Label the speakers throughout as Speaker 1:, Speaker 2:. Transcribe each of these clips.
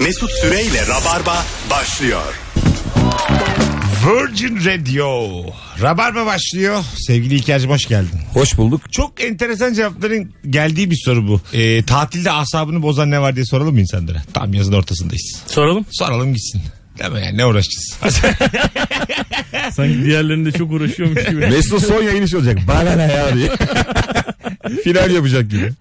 Speaker 1: Mesut Süreyle Rabarba başlıyor.
Speaker 2: Virgin Radio. Rabarba başlıyor. Sevgili İlker'cim hoş geldin.
Speaker 3: Hoş bulduk.
Speaker 2: Çok enteresan cevapların geldiği bir soru bu. Ee, tatilde asabını bozan ne var diye soralım mı insanlara? Tam yazın ortasındayız.
Speaker 4: Soralım.
Speaker 2: Soralım gitsin. Deme yani ne uğraşacağız?
Speaker 4: Sanki diğerlerinde çok uğraşıyormuş gibi.
Speaker 3: Mesut son yayın işi olacak. Bana ne ya diye. Final yapacak gibi.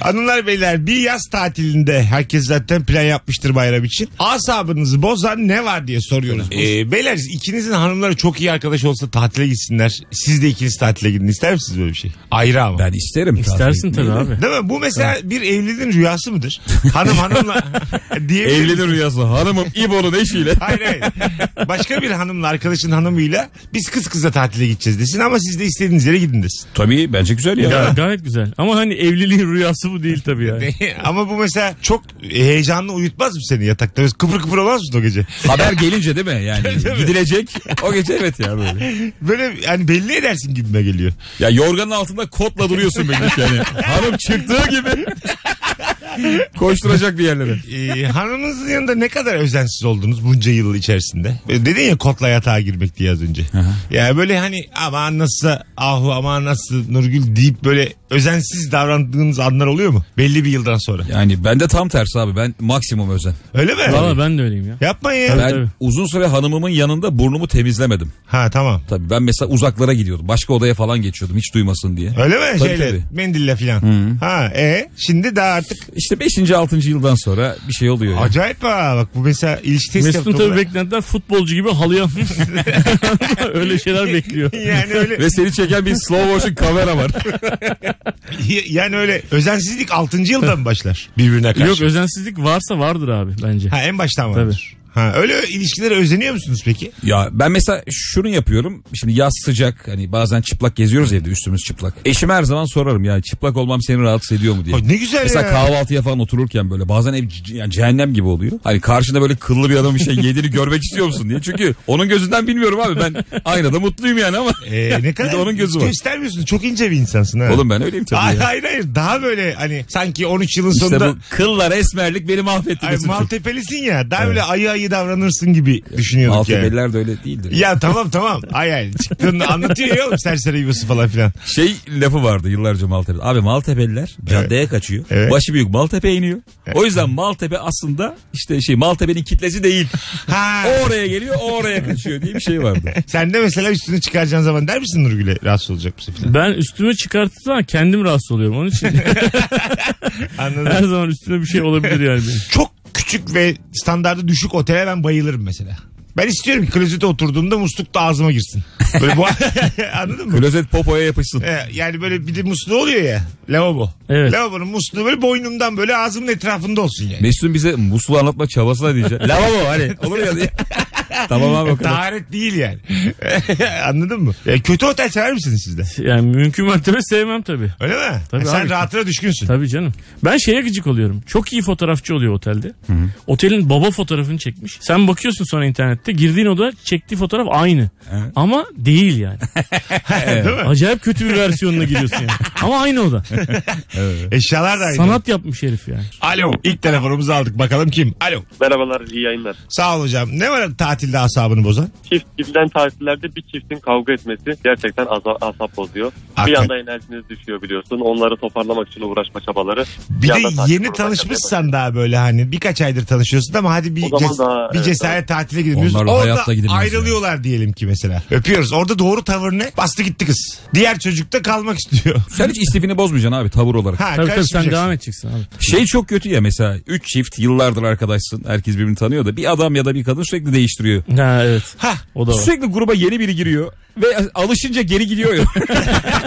Speaker 2: Hanımlar beyler bir yaz tatilinde herkes zaten plan yapmıştır bayram için. Asabınızı bozan ne var diye soruyoruz. Ee, beyler ikinizin hanımları çok iyi arkadaş olsa tatile gitsinler. Siz de ikiniz tatile gidin. İster misiniz böyle bir şey? Ayrı ama.
Speaker 3: Ben isterim.
Speaker 4: İstersin tabii abi.
Speaker 2: Değil mi? Bu mesela bir evliliğin rüyası mıdır? Hanım hanımla diyebilir
Speaker 3: Evlenir rüyası. Hanımım İbo'nun eşiyle.
Speaker 2: Hayır hayır. Başka bir hanımla arkadaşın hanımıyla biz kız kıza tatile gideceğiz desin ama siz de istediğiniz yere gidin desin.
Speaker 3: Tabii bence güzel ya.
Speaker 4: Ya, gayet güzel. Ama hani evliliğin rüyası bu değil tabii yani.
Speaker 2: ama bu mesela çok heyecanlı uyutmaz mı seni yatakta? Böyle Kıpır kıpır olmaz mısın o gece?
Speaker 3: Haber gelince değil mi? Yani
Speaker 2: Tabii.
Speaker 3: gidilecek. O gece evet ya böyle.
Speaker 2: Böyle yani belli edersin gibime geliyor.
Speaker 3: Ya yorganın altında kotla duruyorsun böyle yani. Hanım çıktığı gibi. Koşturacak bir yerlere.
Speaker 2: Ee, hanımınızın yanında ne kadar özensiz oldunuz bunca yıl içerisinde? Böyle Dedin ya kotla yatağa girmek diye az önce. Yani böyle hani aman nasıl ahu aman nasıl Nurgül deyip böyle özensiz davrandığınız anlar oluyor mu? Belli bir yıldan sonra.
Speaker 3: Yani ben de tam tersi abi. Ben maksimum özen.
Speaker 2: Öyle mi?
Speaker 4: Valla ben de öyleyim ya.
Speaker 2: Yapmayın.
Speaker 3: Ben
Speaker 4: tabii.
Speaker 3: uzun süre hanımımın yanında burnumu temizlemedim.
Speaker 2: Ha tamam.
Speaker 3: Tabii ben mesela uzaklara gidiyordum. Başka odaya falan geçiyordum hiç duymasın diye.
Speaker 2: Öyle mi
Speaker 3: Tabii,
Speaker 2: şeyle?
Speaker 3: tabii.
Speaker 2: Mendille filan. Ha e şimdi daha artık
Speaker 3: İşte 5. 6. yıldan sonra bir şey oluyor. yani.
Speaker 2: acayip ha bak bu mesela ilişki testi
Speaker 4: Mesut'un
Speaker 2: yaptım
Speaker 4: tabii beklentiler futbolcu gibi halıya. Öyle şeyler bekliyor.
Speaker 2: ben. yani öyle
Speaker 3: Ve seni çeken bir slow motion kamera var.
Speaker 2: yani öyle özensizlik 6. yılda mı başlar birbirine karşı?
Speaker 4: Yok özensizlik varsa vardır abi bence.
Speaker 2: Ha en baştan vardır. Ha öyle ilişkilere özeniyor musunuz peki?
Speaker 3: ya ben mesela şunu yapıyorum. Şimdi yaz sıcak. Hani bazen çıplak geziyoruz evde üstümüz çıplak. Eşime her zaman sorarım ya çıplak olmam seni rahatsız ediyor mu diye.
Speaker 2: Ay, ne güzel
Speaker 3: Mesela
Speaker 2: ya.
Speaker 3: kahvaltıya falan otururken böyle bazen ev c- yani cehennem gibi oluyor. Hani karşında böyle kıllı bir adam bir şey yediğini görmek istiyor musun diye. Çünkü onun gözünden bilmiyorum abi ben aynada mutluyum yani ama.
Speaker 2: Ee, ne kadar
Speaker 3: Bir de onun gözü var.
Speaker 2: göstermiyorsun. Çok ince bir insansın ha.
Speaker 3: Oğlum ben öyleyim tabii
Speaker 2: Hayır
Speaker 3: ya.
Speaker 2: hayır hayır daha böyle hani sanki 13 yılın
Speaker 3: İşte
Speaker 2: sonunda
Speaker 3: bu kıllar esmerlik beni mahvetti.
Speaker 2: ay,
Speaker 3: Mesut'cum.
Speaker 2: Maltepelisin ya daha böyle ayı ayı davranırsın gibi düşünüyorduk yani.
Speaker 3: Maltepe'liler de öyle değildir.
Speaker 2: Ya tamam tamam. Ay ay çıktın anlatıyor ya oğlum serseri yuvası falan filan.
Speaker 3: Şey lafı vardı yıllarca Maltepe'de. Abi Maltepe'liler caddeye kaçıyor.
Speaker 2: Evet.
Speaker 3: Başı büyük Maltepe'ye iniyor. O yüzden Maltepe aslında işte şey Maltepe'nin kitlesi değil.
Speaker 2: Ha.
Speaker 3: o oraya geliyor o oraya kaçıyor diye bir şey vardı.
Speaker 2: Sen de mesela üstünü çıkaracağın zaman der misin Nurgül'e rahatsız olacak mısın filan?
Speaker 4: Ben üstüme çıkarttığım zaman kendim rahatsız oluyorum. Onun için her
Speaker 2: Anladım.
Speaker 4: zaman üstüme bir şey olabilir yani. benim.
Speaker 2: Çok küçük ve standardı düşük otele ben bayılırım mesela. Ben istiyorum ki klozete oturduğumda musluk da ağzıma girsin. Böyle bu anladın mı?
Speaker 3: Klozet popoya yapışsın.
Speaker 2: Ee, Yani böyle bir de musluğu oluyor ya lavabo.
Speaker 4: Evet.
Speaker 2: Lavabonun musluğu böyle boynumdan böyle ağzımın etrafında olsun yani.
Speaker 3: Mesut'un bize musluğu anlatma çabasına diyecek. Lavabo hani olur ya diye. tamam abi o kadar.
Speaker 2: Taharet değil yani. Anladın mı? Ya kötü otel sever misiniz siz de?
Speaker 4: Yani mümkün mertebe sevmem tabii.
Speaker 2: Öyle mi?
Speaker 4: Tabii
Speaker 2: Ha, sen
Speaker 4: abi.
Speaker 2: rahatına düşkünsün.
Speaker 4: Tabii canım. Ben şeye gıcık oluyorum. Çok iyi fotoğrafçı oluyor otelde. Otelin baba fotoğrafını çekmiş. Sen bakıyorsun sonra internette. Girdiğin oda çektiği fotoğraf aynı. Ama değil yani.
Speaker 2: Değil mi?
Speaker 4: Acayip kötü bir versiyonuna giriyorsun yani. Ama aynı oda.
Speaker 2: Eşyalar da aynı.
Speaker 4: Sanat yapmış herif yani.
Speaker 2: Alo. ilk telefonumuzu aldık. Bakalım kim? Alo.
Speaker 5: Merhabalar, iyi yayınlar.
Speaker 2: Sağ ol hocam. Ne var tatilde asabını bozan?
Speaker 5: Çift gidilen tatillerde bir çiftin kavga etmesi gerçekten aza- asap bozuyor. Bir
Speaker 2: Hakikaten.
Speaker 5: anda enerjiniz düşüyor biliyorsun. Onları toparlamak için uğraşma çabaları.
Speaker 2: Bir
Speaker 5: anda tatil
Speaker 2: de yeni
Speaker 5: kurmak
Speaker 2: tanışmışsan daha böyle hani birkaç aydır tanışıyorsun ama hadi bir,
Speaker 5: O zaman
Speaker 2: ces-
Speaker 5: daha,
Speaker 2: bir
Speaker 5: evet,
Speaker 2: cesaret tatile gidiyoruz.
Speaker 3: Onlarla
Speaker 2: Orada
Speaker 3: hayatta gidilmez
Speaker 2: ayrılıyorlar diyelim ki mesela. Öpüyoruz. Orada doğru tavır ne? Bastı gitti kız. Diğer çocuk da kalmak istiyor.
Speaker 3: Sen hiç istifini bozmayacaksın abi tavır olarak.
Speaker 2: Ha,
Speaker 4: Tabii tabii sen
Speaker 2: karışmayacaksın.
Speaker 4: devam edeceksin abi.
Speaker 3: Şey çok kötü ya mesela 3 çift yıllardır arkadaşsın. Herkes birbirini tanıyor da bir adam ya da bir kadın sürekli değiştiriyor.
Speaker 4: Ha evet.
Speaker 2: Ha.
Speaker 4: O da var.
Speaker 3: Sürekli gruba yeni biri giriyor ve alışınca geri gidiyor ya.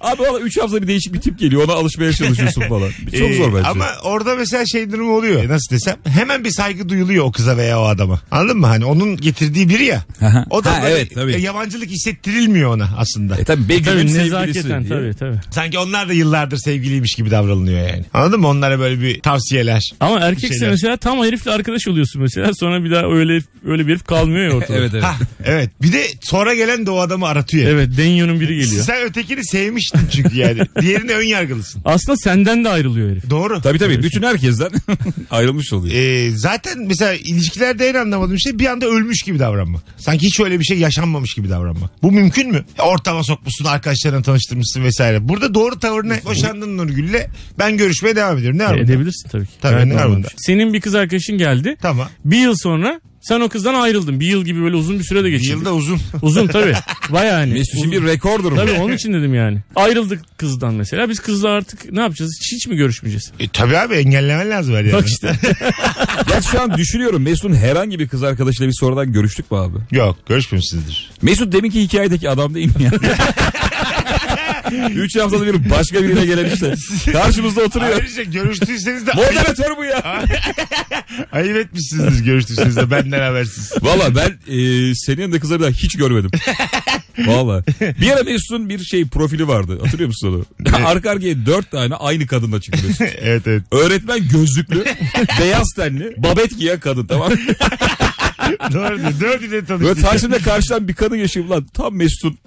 Speaker 3: Abi valla 3 hafta bir değişik bir tip geliyor ona alışmaya çalışıyorsun falan. Çok
Speaker 2: Ee,
Speaker 3: zor bence.
Speaker 2: Ama orada mesela şey durumu oluyor. Nasıl desem? Hemen bir saygı duyuluyor o kıza veya o adama. Anladın mı? Hani onun getirdiği biri ya.
Speaker 3: Aha.
Speaker 2: O da
Speaker 3: Ha,
Speaker 2: böyle
Speaker 3: evet, tabii.
Speaker 2: e, yabancılık hissettirilmiyor ona aslında.
Speaker 3: E tabi bir
Speaker 4: Tabii
Speaker 3: günün sevgilisi
Speaker 4: nezaketen
Speaker 3: diye.
Speaker 4: tabii tabii.
Speaker 2: Sanki onlar da yıllardır sevgiliymiş gibi davranılıyor yani. Anladın mı? Onlara böyle bir tavsiyeler.
Speaker 4: Ama
Speaker 2: Bir
Speaker 4: erkekse
Speaker 2: şeyler.
Speaker 4: mesela tam herifle arkadaş oluyorsun mesela. Sonra bir daha öyle öyle bir herif kalmıyor ya ortada.
Speaker 3: Evet evet.
Speaker 2: Ha, evet. Bir de sonra gelen de o adamı aratıyor.
Speaker 4: Evet Denyo'nun biri geliyor.
Speaker 2: Sen ötekini Diğerini sevmiştin çünkü yani. Diğerine ön yargılısın.
Speaker 4: Aslında senden de ayrılıyor herif.
Speaker 2: Doğru.
Speaker 3: Tabii tabii bütün herkesten ayrılmış oluyor.
Speaker 2: Ee, zaten mesela ilişkilerde en anlamadığım şey bir anda ölmüş gibi davranmak. Sanki hiç öyle bir şey yaşanmamış gibi davranmak. Bu mümkün mü? Ortama sokmuşsun, arkadaşlarına tanıştırmışsın vesaire. Burada doğru tavır ne? Boşandın Nurgül'le. Ben görüşmeye devam ediyorum. Ne var bunda?
Speaker 4: Edebilirsin tabii ki.
Speaker 2: Tabii,
Speaker 4: Gayet
Speaker 2: ne var
Speaker 4: normal.
Speaker 2: bunda?
Speaker 4: Senin bir kız arkadaşın geldi.
Speaker 2: Tamam.
Speaker 4: Bir yıl sonra sen o kızdan ayrıldın. Bir yıl gibi böyle uzun bir süre de
Speaker 2: Bir
Speaker 4: geçirdi.
Speaker 2: yılda uzun.
Speaker 4: Uzun tabii. Bayağı hani.
Speaker 3: Mesut için
Speaker 4: Uzun.
Speaker 3: bir rekor durumu.
Speaker 4: Tabii onun için dedim yani. Ayrıldık kızdan mesela. Biz kızla artık ne yapacağız? Hiç, hiç mi görüşmeyeceğiz?
Speaker 2: E, tabii abi engellemen lazım her yerden.
Speaker 4: Bak işte.
Speaker 3: Ya şu an düşünüyorum Mesut'un herhangi bir kız arkadaşıyla bir sonradan görüştük mü abi?
Speaker 2: Yok görüşmemişsinizdir.
Speaker 3: Mesut deminki hikayedeki adam değil mi ya? Üç haftada bir başka birine gelen işte. Karşımızda oturuyor.
Speaker 2: Ayrıca görüştüyseniz de ayıp,
Speaker 3: Moderatör bu ya.
Speaker 2: ayıp etmişsinizdir görüştüyseniz de benden habersiz.
Speaker 3: Valla ben e, senin yanında kızları da hiç görmedim. Valla. Bir ara Mesut'un bir şey profili vardı. Hatırlıyor musun onu? Arka arkaya dört tane aynı kadınla çıktı Mesut.
Speaker 2: evet evet.
Speaker 3: Öğretmen gözlüklü, beyaz tenli, babet giyen kadın tamam mı?
Speaker 2: Doğru. Dört ile
Speaker 3: Böyle
Speaker 2: tanıştık.
Speaker 3: karşımda karşıdan bir kadın yaşıyor lan. Tam Mesut'un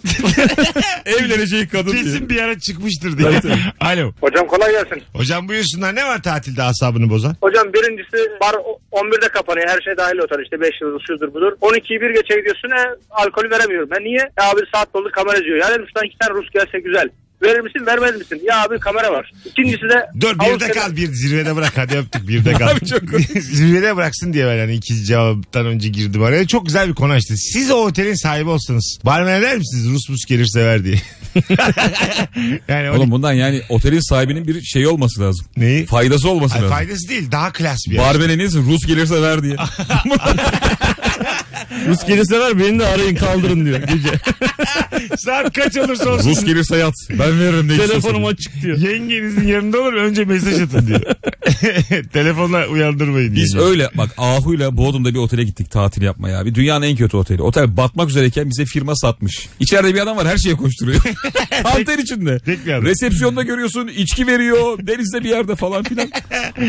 Speaker 3: evleneceği kadın diye.
Speaker 2: Kesin bir ara çıkmıştır diye.
Speaker 3: Tabii,
Speaker 2: Alo.
Speaker 6: Hocam kolay gelsin.
Speaker 2: Hocam buyursunlar ne var tatilde asabını bozan?
Speaker 6: Hocam birincisi bar o- 11'de kapanıyor. Her şey dahil otel işte 5 yıldız şudur budur. 12'yi bir geçe gidiyorsun e, alkolü veremiyorum. Ben niye? Ya abi saat doldu kamera diyor. Ya dedim şuradan iki tane Rus gelse güzel. Verir misin vermez misin? Ya abi kamera var. İkincisi de...
Speaker 2: Dur
Speaker 6: Havuz
Speaker 2: birde
Speaker 6: kenarı-
Speaker 2: kal bir zirvede bırak hadi öptük birde kal.
Speaker 3: Abi çok komik.
Speaker 2: zirvede bıraksın diye ben hani ikinci cevaptan önce girdim araya. Çok güzel bir konu açtın. Siz o otelin sahibi olsanız barmen eder misiniz Rus mus gelir sever diye. yani
Speaker 3: Oğlum bundan yani otelin sahibinin bir şey olması lazım.
Speaker 2: Neyi?
Speaker 3: Faydası olması
Speaker 2: Ay,
Speaker 3: lazım.
Speaker 2: faydası değil daha klas bir yer.
Speaker 3: Barbeneniz Rus gelirse ver diye.
Speaker 4: Rus gelirseler beni de arayın kaldırın diyor gece.
Speaker 2: Saat kaç olursa olsun.
Speaker 3: Rus gelirse yat. Ben veririm ne
Speaker 4: Telefonum
Speaker 3: istiyorsan.
Speaker 4: açık diyor.
Speaker 2: Yengenizin yanında olur önce mesaj atın diyor. Telefonla uyandırmayın diyor.
Speaker 3: Biz öyle bak Ahu'yla Bodrum'da bir otele gittik tatil yapmaya abi. Dünyanın en kötü oteli. Otel batmak üzereyken bize firma satmış. İçeride bir adam var her şeye koşturuyor. Kanter içinde.
Speaker 2: tek bir adam.
Speaker 3: Resepsiyonda görüyorsun içki veriyor. Denizde bir yerde falan filan.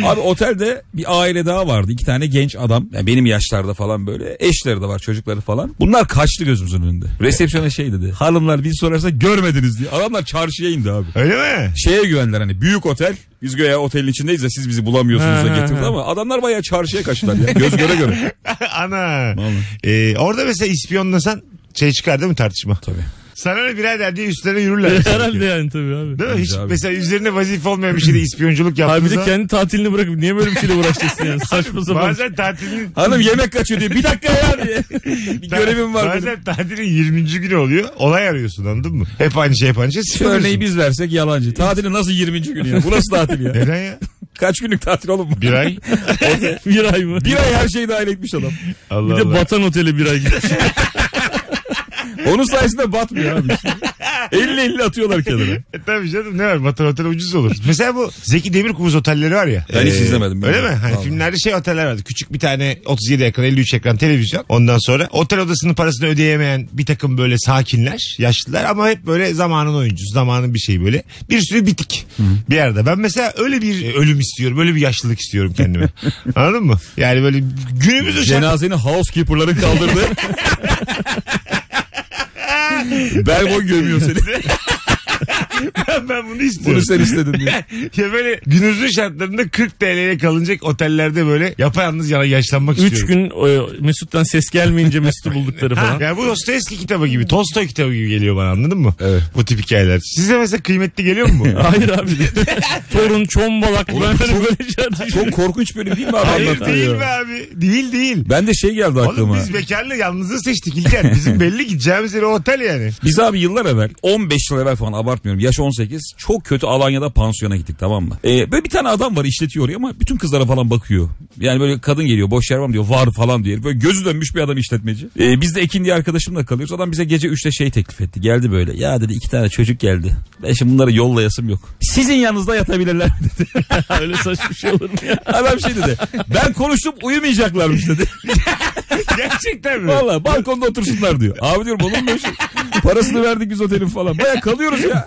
Speaker 3: Abi otelde bir aile daha vardı. iki tane genç adam. Yani benim yaşlarda falan böyle. Eşleri de var çocukları falan. Bunlar kaçtı gözümüzün önünde. Resepsiyona şey dedi. Hanımlar bir sorarsa görmediniz diye. Adamlar çarşıya indi abi
Speaker 2: Öyle mi?
Speaker 3: şeye güvendiler hani büyük otel biz göya otelin içindeyiz de siz bizi bulamıyorsunuz da
Speaker 4: Ha, ha,
Speaker 3: getirdi
Speaker 4: ha.
Speaker 3: ama adamlar bayağı çarşıya kaçtılar ya göz göre göre.
Speaker 2: Ana.
Speaker 3: Vallahi.
Speaker 2: Ee, orada mesela ispiyonlasan şey çıkar değil mi tartışma?
Speaker 3: Tabii.
Speaker 2: Sana ne birader diye üstlerine yürürler.
Speaker 4: Herhalde yani tabii abi.
Speaker 2: Değil mi? Hiç
Speaker 3: Abi.
Speaker 2: mesela üzerine vazife olmayan bir şeyde ispiyonculuk
Speaker 4: Abi
Speaker 2: yaptığınız
Speaker 4: bir de
Speaker 2: zaman
Speaker 4: kendi tatilini bırakıp niye böyle bir şeyle uğraşacaksın yani? Saçma sapan.
Speaker 2: bazen tatilin
Speaker 3: Hanım yemek kaçıyor diye bir dakika ya diye. Bir görevim var benim.
Speaker 2: Bazen tatilin 20. günü oluyor. Olay arıyorsun anladın mı? Hep aynı şey hep aynı şey.
Speaker 3: Şu örneği biz versek yalancı. Tatili nasıl 20. günü ya? Bu nasıl tatil ya?
Speaker 2: Neden ya?
Speaker 3: Kaç günlük tatil oğlum bu?
Speaker 2: Bir ay.
Speaker 4: bir ay mı?
Speaker 3: Bir ay her şeyi dahil etmiş adam.
Speaker 2: Allah
Speaker 4: Bir de
Speaker 2: Allah.
Speaker 4: batan otele bir ay gitmiş.
Speaker 3: Onun sayesinde batmıyor abi. 50-50 atıyorlar kenara.
Speaker 2: E tabii canım ne var Batan Otel ucuz olur. Mesela bu Zeki Demirkubuz otelleri var ya.
Speaker 3: Ben hiç izlemedim.
Speaker 2: Öyle mi?
Speaker 3: Bilmiyorum.
Speaker 2: Hani
Speaker 3: Vallahi.
Speaker 2: filmlerde şey oteller vardı. Küçük bir tane 37 ekran 53 ekran televizyon. Ondan sonra otel odasının parasını ödeyemeyen bir takım böyle sakinler yaşlılar ama hep böyle zamanın oyuncusu zamanın bir şeyi böyle. Bir sürü bitik bir yerde. Ben mesela öyle bir ölüm istiyorum. Öyle bir yaşlılık istiyorum kendime. Anladın mı? Yani böyle günümüzün şartları.
Speaker 3: Cenazeni housekeeper'ların kaldırdı. Berboy gömüyor seni.
Speaker 2: ben bunu istiyorum.
Speaker 3: Bunu sen istedin diye.
Speaker 2: ya böyle günümüzün şartlarında 40 TL'ye kalınacak otellerde böyle yapayalnız ya- yaşlanmak istiyorum.
Speaker 4: Üç gün e, Mesut'tan ses gelmeyince Mesut'u buldukları
Speaker 2: Ha,
Speaker 4: falan.
Speaker 2: yani bu Dostoyevski kitabı gibi, Tolstoy kitabı gibi geliyor bana anladın mı?
Speaker 3: Evet.
Speaker 2: Bu tip hikayeler. Size mesela kıymetli geliyor mu? bu?
Speaker 4: Hayır abi. Torun, çombalak. Ben
Speaker 3: çok-
Speaker 4: böyle şey şeyler
Speaker 3: Çok korkunç bölüm değil mi abi
Speaker 2: Hayır
Speaker 3: anlattığı
Speaker 2: değil
Speaker 3: ya?
Speaker 2: be abi. Değil değil.
Speaker 3: Ben de şey geldi
Speaker 2: Oğlum
Speaker 3: aklıma.
Speaker 2: biz bekarla yalnızlığı seçtik İlker. Bizim belli gideceğimiz yer o otel yani.
Speaker 3: Biz abi yıllar evvel 15 yıl evvel falan abartmıyorum yaş 18 çok kötü Alanya'da pansiyona gittik tamam mı? Ee, böyle bir tane adam var işletiyor orayı ama bütün kızlara falan bakıyor. Yani böyle kadın geliyor boş yer var mı diyor var falan diyor. Böyle gözü dönmüş bir adam işletmeci. Ee, biz de Ekin diye arkadaşımla kalıyoruz. Adam bize gece 3'te şey teklif etti geldi böyle. Ya dedi iki tane çocuk geldi. Ben şimdi bunları yollayasım yok. Sizin yanınızda yatabilirler dedi.
Speaker 4: öyle saçma şey olur mu ya?
Speaker 3: Adam şey dedi ben konuştum uyumayacaklarmış dedi.
Speaker 2: Gerçekten mi?
Speaker 3: Valla balkonda otursunlar diyor. Abi diyorum olur mu böyle şey? Parasını verdik biz otelin falan. Baya kalıyoruz ya.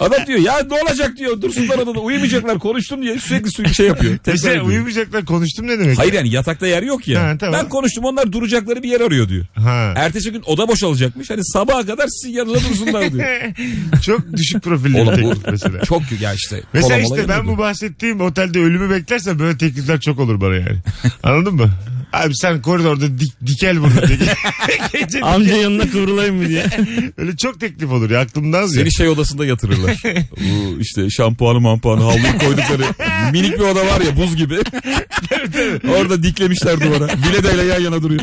Speaker 3: Adam diyor ya ne olacak diyor. Dursunlar odada uyumayacaklar konuştum diye sürekli sürekli şey yapıyor.
Speaker 2: Bir
Speaker 3: Tekrar
Speaker 2: şey
Speaker 3: ediyor.
Speaker 2: uyumayacaklar konuştum ne demek?
Speaker 3: Hayır yani yatakta yer yok ya.
Speaker 2: Ha, tamam.
Speaker 3: Ben konuştum onlar duracakları bir yer arıyor diyor.
Speaker 2: Ha.
Speaker 3: Ertesi gün oda boşalacakmış. Hani sabaha kadar sizin yanına dursunlar diyor.
Speaker 2: Çok düşük profilli bir
Speaker 3: Oğlum
Speaker 2: teklif
Speaker 3: bu
Speaker 2: mesela.
Speaker 3: çok ya işte.
Speaker 2: Mesela
Speaker 3: kola mola
Speaker 2: işte ben
Speaker 3: yemedi.
Speaker 2: bu bahsettiğim otelde ölümü beklersem böyle teklifler çok olur bana yani. Anladın mı? Abi sen koridorda dik, dikel burada. Gece dikel.
Speaker 4: Amca yanına kıvrılayım mı diye.
Speaker 2: Öyle çok teklif olur ya aklımdan az ya.
Speaker 3: Seni şey odasında yatırırlar. Bu işte şampuanı mampuanı havluyu koydukları minik bir oda var ya buz gibi. Orada diklemişler duvara. Biledeyle yan yana duruyor.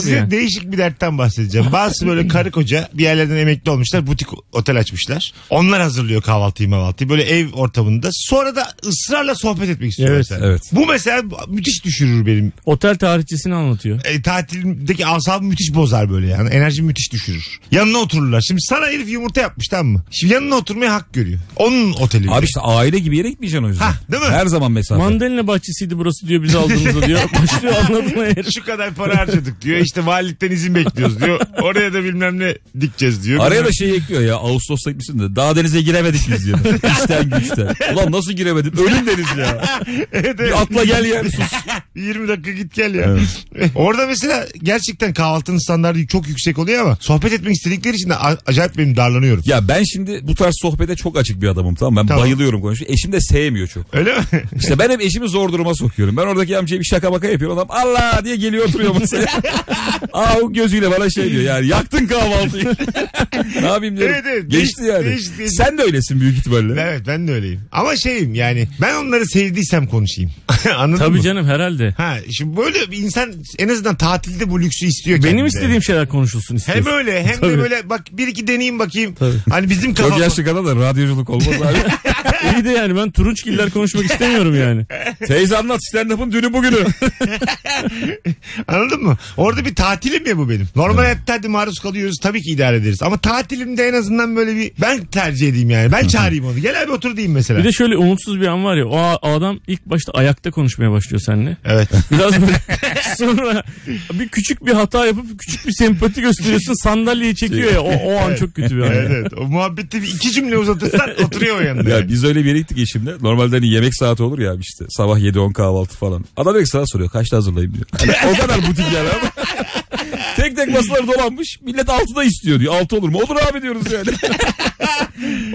Speaker 2: Size değişik bir dertten bahsedeceğim. Bazısı böyle karı koca bir yerlerden emekli olmuşlar. Butik otel açmışlar. Onlar hazırlıyor kahvaltıyı mahvaltıyı. Böyle ev ortamında. Sonra da ısrarla sohbet etmek istiyor
Speaker 4: Evet,
Speaker 2: mesela.
Speaker 3: evet.
Speaker 2: Bu mesela müthiş düşürür benim.
Speaker 4: Otel tarihçesini anlatıyor.
Speaker 2: E, tatildeki asabımı müthiş bozar böyle yani. Enerjimi müthiş düşürür. Yanına otururlar. Şimdi sana herif yumurta yapmış tamam mı? Şimdi yanına oturmaya hak görüyor. Onun oteli.
Speaker 3: Abi işte aile gibi yere gitmeyeceksin o yüzden.
Speaker 2: Hah, değil mi?
Speaker 3: Her zaman mesafe.
Speaker 4: Mandalina bahçesiydi burası diyor biz aldığımızda diyor. Başlıyor anlatmaya herif.
Speaker 2: şu kadar para harcadık diyor. İşte valilikten izin bekliyoruz diyor. Oraya da bilmem ne dikeceğiz diyor.
Speaker 3: Araya da şey ekliyor ya Ağustos'ta gitmişsin de daha denize giremedik biz diyor. İşten güçten. Ulan nasıl giremedim? Ölüm deniz ya.
Speaker 2: Evet, evet.
Speaker 3: Bir atla gel yani sus.
Speaker 2: 20 dakika git gel ya. Orada mesela gerçekten kahvaltının standartı çok yüksek oluyor ama sohbet etmek istedikleri için de a- acayip benim darlanıyorum.
Speaker 3: Ya ben şimdi bu tarz sohbete çok açık bir adamım tamam mı? Ben
Speaker 2: Tamam.
Speaker 3: bayılıyorum konuşuyor. Eşim de sevmiyor çok.
Speaker 2: Öyle mi?
Speaker 3: İşte ben hep eşimi zor duruma sokuyorum. Ben oradaki amcaya bir şaka baka yapıyorum. Adam Allah diye geliyor oturuyor masaya. Aa o gözüyle bana şey diyor yani yaktın kahvaltıyı. ne yapayım diyorum.
Speaker 2: Evet, evet.
Speaker 3: Geçti yani.
Speaker 2: Değişti, değişti.
Speaker 3: Sen de öylesin büyük ihtimalle.
Speaker 2: evet ben de öyleyim. Ama şeyim yani ben onları sevdiysem konuşayım. Anladın mı?
Speaker 4: Tabii canım herhalde.
Speaker 2: Ha, şimdi böyle bir insan en azından tatilde bu lüksü istiyor.
Speaker 4: Benim
Speaker 2: kendine.
Speaker 4: istediğim şeyler konuşulsun
Speaker 2: Hem
Speaker 4: istiyorsun.
Speaker 2: öyle hem de
Speaker 4: Tabii.
Speaker 2: böyle bak bir iki deneyeyim bakayım. Hani bizim
Speaker 3: Çok
Speaker 2: kafamız.
Speaker 3: yaşlı kadar da radyoculuk olmaz abi.
Speaker 4: İyi de yani ben turunçgiller konuşmak istemiyorum yani.
Speaker 3: Teyze anlat stand-up'ın dünü bugünü.
Speaker 2: Anladın mı? Orada bir tatilim ya bu benim. Normal hayatta hadi maruz kalıyoruz tabii ki idare ederiz. Ama tatilimde en azından böyle bir ben tercih edeyim yani. Ben çağırayım onu. Gel abi otur diyeyim mesela.
Speaker 4: Bir de şöyle umutsuz bir an var ya o a- adam ilk başta ayakta konuşmaya başlıyor seninle.
Speaker 2: Evet.
Speaker 4: Biraz böyle sonra bir küçük bir hata yapıp küçük bir sempati gösteriyorsun sandalyeyi çekiyor ya o, o an çok kötü bir an.
Speaker 2: evet, evet. O muhabbeti bir iki cümle uzatırsan oturuyor o yanında.
Speaker 3: ya
Speaker 2: yani.
Speaker 3: biz öyle bir yere gittik eşimle. Normalde hani yemek saati olur ya işte sabah 7-10 kahvaltı falan. Adam direkt sana soruyor kaçta hazırlayayım diyor. Hani o kadar butik yani ama. Tek tek masalar dolanmış. Millet altıda istiyor diyor. Altı olur mu? Olur abi diyoruz yani.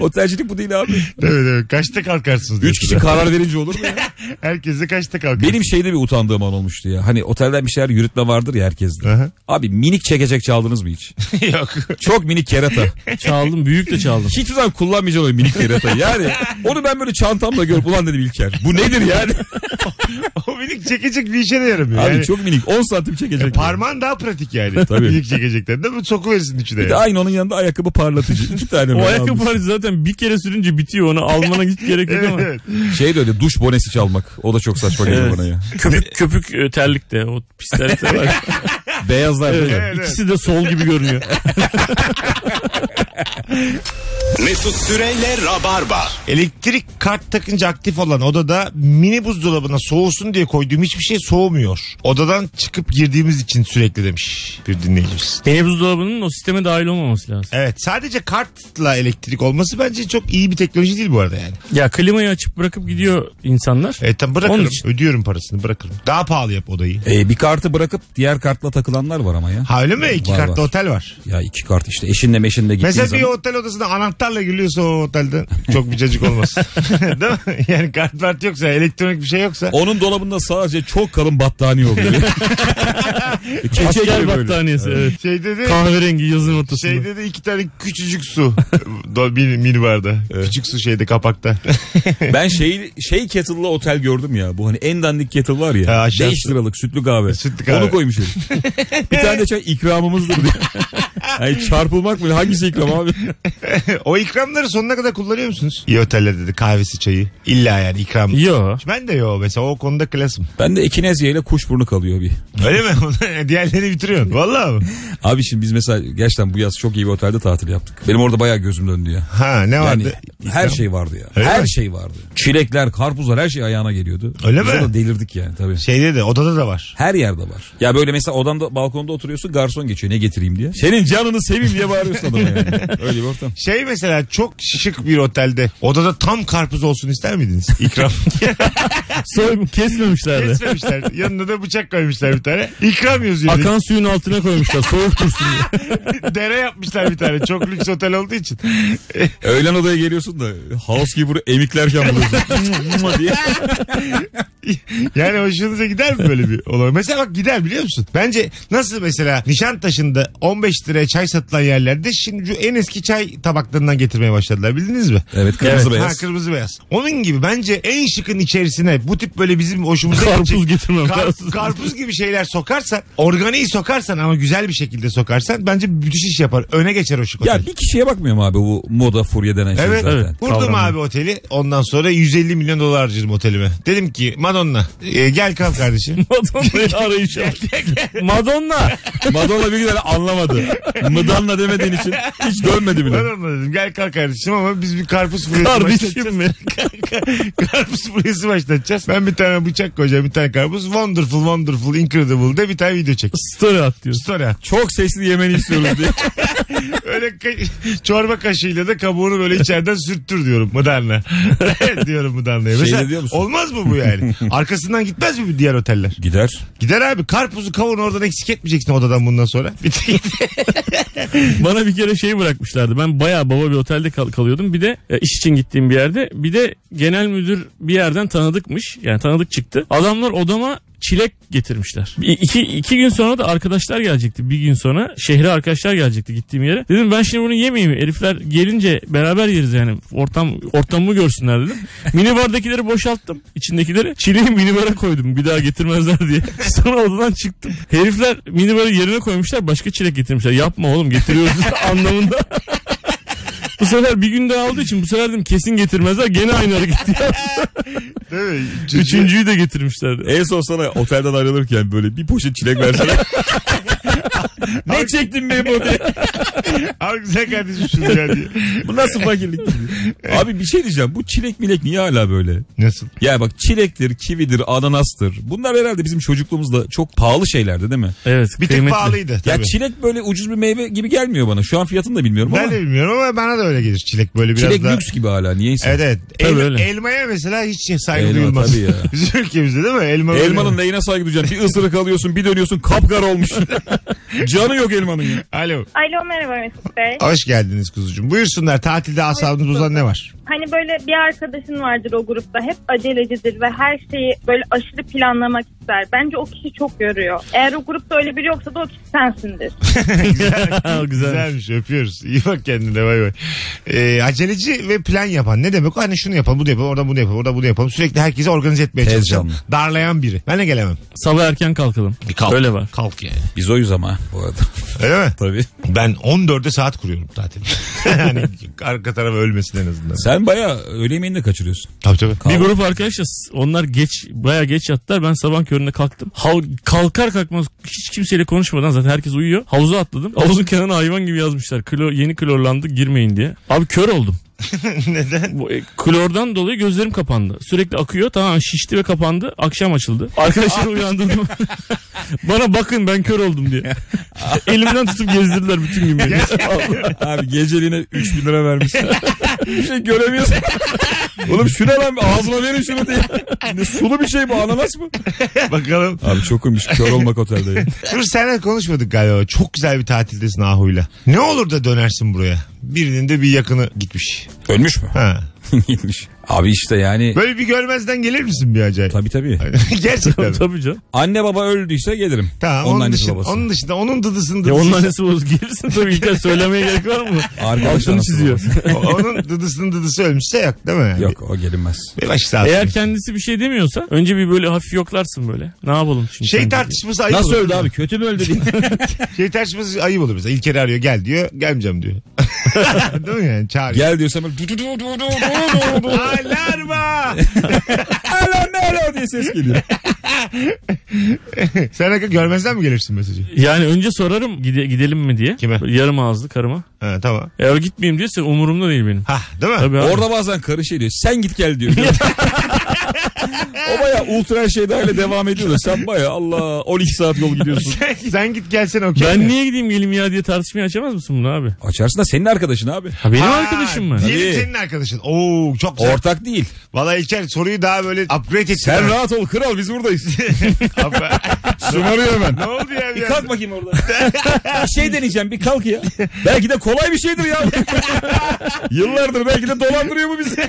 Speaker 3: Otelcilik bu değil abi.
Speaker 2: Evet evet. Kaçta kalkarsınız? diyor
Speaker 3: Üç kişi
Speaker 2: size.
Speaker 3: karar verince olur mu ya?
Speaker 2: Herkes de kaçta kalkar?
Speaker 3: Benim şeyde bir utandığım an olmuştu ya. Hani otelden bir şeyler yürütme vardır ya herkeste.
Speaker 2: Aha.
Speaker 3: Abi minik çekecek çaldınız mı hiç?
Speaker 2: yok.
Speaker 3: Çok minik kerata.
Speaker 4: Çaldım büyük de çaldım.
Speaker 3: Hiçbir zaman kullanmayacağım o minik keratayı. Yani onu ben böyle çantamla görüp ulan dedim İlker. Bu nedir yani?
Speaker 2: o minik çekecek bir işe de yaramıyor.
Speaker 3: Abi
Speaker 2: yani. E,
Speaker 3: çok minik. 10 santim çekecek.
Speaker 2: Parmağın daha pratik yani.
Speaker 3: Tabii.
Speaker 2: Minik çekecekten değil mi? Sokuverirsin içine.
Speaker 3: Bir de
Speaker 2: yani.
Speaker 3: aynı onun yanında ayakkabı parlatıcı. İki tane
Speaker 4: O
Speaker 3: böyle
Speaker 4: ayakkabı
Speaker 3: almış.
Speaker 4: var zaten bir kere sürünce bitiyor onu almana hiç gerek yok ama.
Speaker 2: Evet, evet.
Speaker 3: Şey de öyle duş bonesi çalmak. O da çok saçma geliyor
Speaker 4: Evet.
Speaker 3: bana ya.
Speaker 4: Köpük köpük e, terlik de o pis terlik de var.
Speaker 3: Beyazlar değil mi?
Speaker 2: Evet, evet.
Speaker 4: İkisi de sol gibi görünüyor.
Speaker 1: Mesut Süreyle Rabarba.
Speaker 2: Elektrik kart takınca aktif olan odada mini buzdolabına soğusun diye koyduğum hiçbir şey soğumuyor. Odadan çıkıp girdiğimiz için sürekli demiş bir dinleyicimiz.
Speaker 4: Mini buzdolabının o sisteme dahil olmaması lazım.
Speaker 2: Evet sadece kartla elektrik olması bence çok iyi bir teknoloji değil bu arada yani.
Speaker 4: Ya klimayı açıp bırakıp gidiyor insanlar.
Speaker 2: E tam bırakırım
Speaker 4: Onun için.
Speaker 2: ödüyorum parasını bırakırım. Daha pahalı yap odayı.
Speaker 3: Ee, bir kartı bırakıp diğer kartla takılanlar var ama ya.
Speaker 2: Ha öyle mi? İki
Speaker 3: Var,
Speaker 2: kartlı
Speaker 3: var.
Speaker 2: otel var.
Speaker 3: Ya iki kart işte eşinle meşinle gittiğin
Speaker 2: Mesela
Speaker 3: zaman.
Speaker 2: bir otel odasına anahtarla giriliyorsa o otelde çok bir cacık olmaz. Değil mi? Yani kart mart yoksa elektronik bir şey yoksa.
Speaker 3: Onun dolabında sadece çok kalın battaniye oluyor. E, Keçe
Speaker 4: Asker
Speaker 3: gibi böyle.
Speaker 4: E, battaniyesi. Evet.
Speaker 2: Şeyde de
Speaker 4: Kahverengi yazın ortasında.
Speaker 2: Şeyde de Şey iki tane küçücük su. Do- mini, mini barda. Küçük su şeyde kapakta.
Speaker 3: Ben şey şey kettle'lı otel gördüm ya. Bu hani en dandik kettle var ya.
Speaker 2: Ha, aşağısı.
Speaker 3: 5 liralık sütlü kahve.
Speaker 2: Sütlü kahve.
Speaker 3: Onu koymuş herif. bir tane çay ikramımızdır diyor. Yani çarpılmak mı? Hangisi ikram abi?
Speaker 2: o ikramları sonuna kadar kullanıyor musunuz? İyi otellerde de kahvesi çayı. İlla yani ikram.
Speaker 4: Yo.
Speaker 2: Ben de yo mesela o konuda klasım.
Speaker 3: ben de ekinezya ile kuşburnu kalıyor bir.
Speaker 2: Öyle mi? Diğerlerini bitiriyorsun. Vallahi mi?
Speaker 3: Abi şimdi biz mesela gerçekten bu yaz çok iyi bir otelde tatil yaptık. Benim orada bayağı gözüm döndü ya.
Speaker 2: Ha ne
Speaker 3: Yani
Speaker 2: vardı?
Speaker 3: her şey vardı ya.
Speaker 2: Öyle
Speaker 3: her
Speaker 2: mi?
Speaker 3: şey vardı. Çilekler, karpuzlar her şey ayağına geliyordu.
Speaker 2: Öyle
Speaker 3: biz
Speaker 2: mi?
Speaker 3: orada delirdik yani tabii.
Speaker 2: Şeyde de şey odada da var.
Speaker 3: Her yerde var. Ya böyle mesela odamda balkonda oturuyorsun garson geçiyor ne getireyim diye. Senin canını seveyim diye bağırıyorsun adama yani. Öyle bir ortam.
Speaker 2: Şey mesela çok şık bir otelde odada tam karpuz olsun ister miydiniz? İkram.
Speaker 4: Soy kesmemişlerdi.
Speaker 2: Kesmemişler. Yanına da bıçak koymuşlar bir tane. İkram yazıyor.
Speaker 4: Akan suyun altına koymuşlar soğuk dursun diye.
Speaker 2: Dere yapmışlar bir tane. Çok lüks otel olduğu için.
Speaker 3: Öğlen odaya geliyorsun da housekeeper emiklerken buluyorsun. diye.
Speaker 2: Yani hoşunuza gider mi böyle bir olay? Mesela bak gider biliyor musun? Bence nasıl mesela Nişantaşı'nda 15 liraya çay satılan yerlerde şimdi şu en eski çay tabaklarından getirmeye başladılar. Bildiniz mi?
Speaker 3: Evet kırmızı beyaz.
Speaker 2: Ha, kırmızı beyaz. Onun gibi bence en şıkın içerisine bu tip böyle bizim hoşumuza
Speaker 4: Karpuz
Speaker 2: gidecek-
Speaker 4: getirmem
Speaker 2: Kar-
Speaker 4: lazım.
Speaker 2: karpuz gibi şeyler sokarsan, organiği sokarsan ama güzel bir şekilde sokarsan bence müthiş iş yapar. Öne geçer o şık otel.
Speaker 3: Ya bir kişiye bakmıyorum abi bu moda furya denen şey
Speaker 2: Evet.
Speaker 3: zaten.
Speaker 2: Kurdum
Speaker 4: Kavramı.
Speaker 2: abi oteli. Ondan sonra 150 milyon dolar harcadım otelime. Dedim ki Madonna e, gel kal kardeşim.
Speaker 4: Madonna'yı arayışa. bak. Madonna.
Speaker 3: Madonna bir güzel anlamadı. Mıdanla demediğin için hiç dönmedi bile.
Speaker 2: Madonna dedim gel kal kardeşim ama biz bir karpuz furyası
Speaker 4: Kardeşim mi?
Speaker 2: başlatacağız. karpuz furyası başlatacağız. Ben bir tane bıçak koyacağım bir tane karpuz. Wonderful wonderful incredible de bir tane video çek.
Speaker 4: Story at diyor.
Speaker 2: Story at.
Speaker 3: Çok sesli yemeni istiyoruz diye.
Speaker 2: Öyle ka- çorba kaşığıyla da kabuğunu böyle içeriden sürttür diyorum Mıdan'la. diyorum Mıdan'la.
Speaker 3: Şey
Speaker 2: Mesela
Speaker 3: de diyor musun?
Speaker 2: olmaz mı bu yani? Arkasından gitmez mi diğer oteller?
Speaker 3: Gider.
Speaker 2: Gider abi karpuzu kavun oradan eksik etmeyeceksin odadan bundan sonra. Bir de-
Speaker 4: Bana bir kere şey bırakmışlardı. Ben bayağı baba bir otelde kal- kalıyordum. Bir de e, iş için gittiğim bir yerde. Bir de genel müdür bir yerden tanıdıkmış. Yani tanıdık çıktı. Adamlar odama çilek getirmişler. Bir- İki, iki gün sonra da arkadaşlar gelecekti. Bir gün sonra şehre arkadaşlar gelecekti gittiğim yere. Dedim ben şimdi bunu yemeyeyim. Elifler gelince beraber yeriz yani. Ortam ortamımı görsünler dedim. Minibardakileri boşalttım. İçindekileri. Çileği minibara koydum. Bir daha getirmezler diye. Sonra odadan çıktım. Herifler minibarı yerine koymuşlar. Başka çilek getirmişler. Yapma oğlum getiriyoruz anlamında. bu sefer bir günde aldığı için bu sefer dedim kesin getirmezler. Gene aynı hareketi yaptı.
Speaker 2: Değil mi? Üçüncü.
Speaker 4: Üçüncüyü de getirmişlerdi.
Speaker 3: En son sana otelden ayrılırken böyle bir poşet çilek versene. ne çektin be bu diye.
Speaker 2: Abi güzel kardeşim şunu ya diye.
Speaker 3: Bu nasıl fakirlik gibi. Abi bir şey diyeceğim. Bu çilek milek niye hala böyle?
Speaker 2: Nasıl?
Speaker 3: Ya bak çilektir, kividir, ananastır. Bunlar herhalde bizim çocukluğumuzda çok pahalı şeylerdi değil mi?
Speaker 4: Evet
Speaker 2: Bir tık
Speaker 4: kıymetli.
Speaker 2: pahalıydı tabii.
Speaker 3: Ya çilek böyle ucuz bir meyve gibi gelmiyor bana. Şu an fiyatını da bilmiyorum
Speaker 2: ben
Speaker 3: ama.
Speaker 2: de bilmiyorum ama bana da öyle gelir çilek böyle biraz
Speaker 3: Çilek
Speaker 2: daha.
Speaker 3: lüks gibi hala niyeyse.
Speaker 2: Evet evet. El-
Speaker 4: Tabii öyle.
Speaker 2: elmaya mesela hiç saygı
Speaker 3: Elma
Speaker 2: duyulmaz.
Speaker 3: tabii ya.
Speaker 2: Bizim ülkemizde değil mi? Elma
Speaker 3: Elmanın neyine saygı duyacaksın? Bir ısırık alıyorsun bir dönüyorsun kapkar olmuş. Canı yok elmanın ya.
Speaker 2: Alo.
Speaker 7: Alo merhaba Mesut Bey.
Speaker 2: Hoş geldiniz kuzucuğum. Buyursunlar tatilde asabınız bozan ne var?
Speaker 7: Hani böyle bir arkadaşın vardır o grupta hep acelecidir ve her şeyi böyle aşırı planlamak ister. Bence o kişi çok yoruyor. Eğer o grupta öyle biri yoksa da o kişi sensindir.
Speaker 4: Güzel.
Speaker 2: Güzelmiş öpüyoruz. İyi bak kendine bay bay. Ee, aceleci ve plan yapan ne demek? o? Hani şunu yapalım bunu yapalım oradan bunu yapalım oradan bunu yapalım. Sürekli herkesi organize etmeye
Speaker 3: Tez
Speaker 2: çalışan.
Speaker 3: canlı.
Speaker 2: Darlayan biri. Ben de gelemem.
Speaker 4: Sabah erken kalkalım.
Speaker 2: Bir kalk.
Speaker 4: Öyle var.
Speaker 2: Kalk yani.
Speaker 3: Biz oyuz ama bu arada.
Speaker 2: Öyle mi?
Speaker 3: Tabii.
Speaker 2: Ben 14'e saat kuruyorum tatil. yani arka tarafı ölmesin en azından.
Speaker 3: Sen baya öğle yemeğini de kaçırıyorsun.
Speaker 2: Tabii tabii.
Speaker 4: Bir grup arkadaşlar s- onlar geç baya geç yattılar ben sabah köründe kalktım. Hal, kalkar kalkmaz hiç kimseyle konuşmadan zaten herkes uyuyor. Havuza atladım. Havuzun kenarına hayvan gibi yazmışlar. Klor, yeni klorlandı girmeyin diye. Abi kör oldum. Neden? klordan dolayı gözlerim kapandı. Sürekli akıyor tamam şişti ve kapandı. Akşam açıldı. Arkadaşları uyandırdım. Bana bakın ben kör oldum diye. Elimden tutup gezdirdiler bütün gün beni.
Speaker 3: Abi geceliğine 3000 lira vermişsin. bir şey göremiyorsun. Oğlum şuna lan ağzına verin şunu diye. Ne sulu bir şey bu ananas mı?
Speaker 2: Bakalım.
Speaker 3: Abi çok komik kör olmak otelde. ya.
Speaker 2: Dur seninle konuşmadık galiba. Çok güzel bir tatildesin Ahu'yla. Ne olur da dönersin buraya. Birinin de bir yakını gitmiş.
Speaker 3: Ölmüş mü?
Speaker 2: Ha.
Speaker 3: Gitmiş. Abi işte yani.
Speaker 2: Böyle bir görmezden gelir misin bir acayip?
Speaker 3: Tabii tabii.
Speaker 2: Gerçekten.
Speaker 4: Tabii canım.
Speaker 3: Anne baba öldüyse gelirim.
Speaker 2: Tamam
Speaker 3: Onun
Speaker 2: onun
Speaker 3: annesi
Speaker 2: dışında,
Speaker 3: babası.
Speaker 2: onun dışında onun dıdısını
Speaker 4: Ya onun
Speaker 2: dıdısını-
Speaker 4: annesi babası gelirsin tabii İlker söylemeye gerek var mı?
Speaker 3: Arkadaş
Speaker 4: Altını
Speaker 3: anası
Speaker 4: çiziyor.
Speaker 2: onun dıdısının dıdısı ölmüşse yok değil mi? Yani
Speaker 3: Yok o gelinmez.
Speaker 2: Bir baş sağ olsun.
Speaker 4: Eğer kendisi bir şey demiyorsa önce bir böyle hafif yoklarsın böyle. Ne yapalım şimdi?
Speaker 2: şey
Speaker 4: sence diye.
Speaker 2: tartışması ayıp
Speaker 8: Nasıl
Speaker 2: olur.
Speaker 8: öldü abi? Kötü mü öldü? diye.
Speaker 2: Şey tartışması ayıp olur mesela. İlker arıyor gel diyor. Gelmeyeceğim diyor. değil mi yani? Çağırıyor.
Speaker 3: Gel diyorsam böyle du du du du du du du.
Speaker 2: Alarma!
Speaker 3: Alo ne alo diye ses geliyor.
Speaker 2: Sen Hakan görmezden mi gelirsin mesajı?
Speaker 4: Yani önce sorarım gide- gidelim mi diye.
Speaker 2: Kime?
Speaker 4: Böyle yarım ağızlı karıma.
Speaker 2: Ha, tamam.
Speaker 4: Eğer gitmeyeyim diyorsa umurumda değil benim.
Speaker 2: Ha, değil mi?
Speaker 4: Tabii abi.
Speaker 3: Orada bazen karı şey diyor. Sen git gel diyor. o baya ultra şeyde öyle devam ediyor da sen baya Allah 12 saat yol gidiyorsun.
Speaker 2: sen, sen git gelsen okey.
Speaker 4: ben
Speaker 2: şey mi?
Speaker 4: niye gideyim gelim ya diye tartışmayı açamaz mısın bunu abi?
Speaker 3: Açarsın da senin arkadaşın abi.
Speaker 4: Ha, benim
Speaker 2: Ha,
Speaker 4: arkadaşım mı?
Speaker 2: Diyelim
Speaker 3: Tabii.
Speaker 2: senin arkadaşın. Oo çok güzel.
Speaker 3: Ortak değil.
Speaker 2: Valla İlker soruyu daha böyle upgrade ettin.
Speaker 3: Sen rahat ol kral biz buradayız. Şımarıyor hemen.
Speaker 2: ne oldu ya? bir
Speaker 3: Bir
Speaker 2: anda?
Speaker 3: kalk bakayım orada. bir şey deneyeceğim bir kalk ya. Belki de kolay bir şeydir ya. Yıllardır belki de dolandırıyor bu bizi.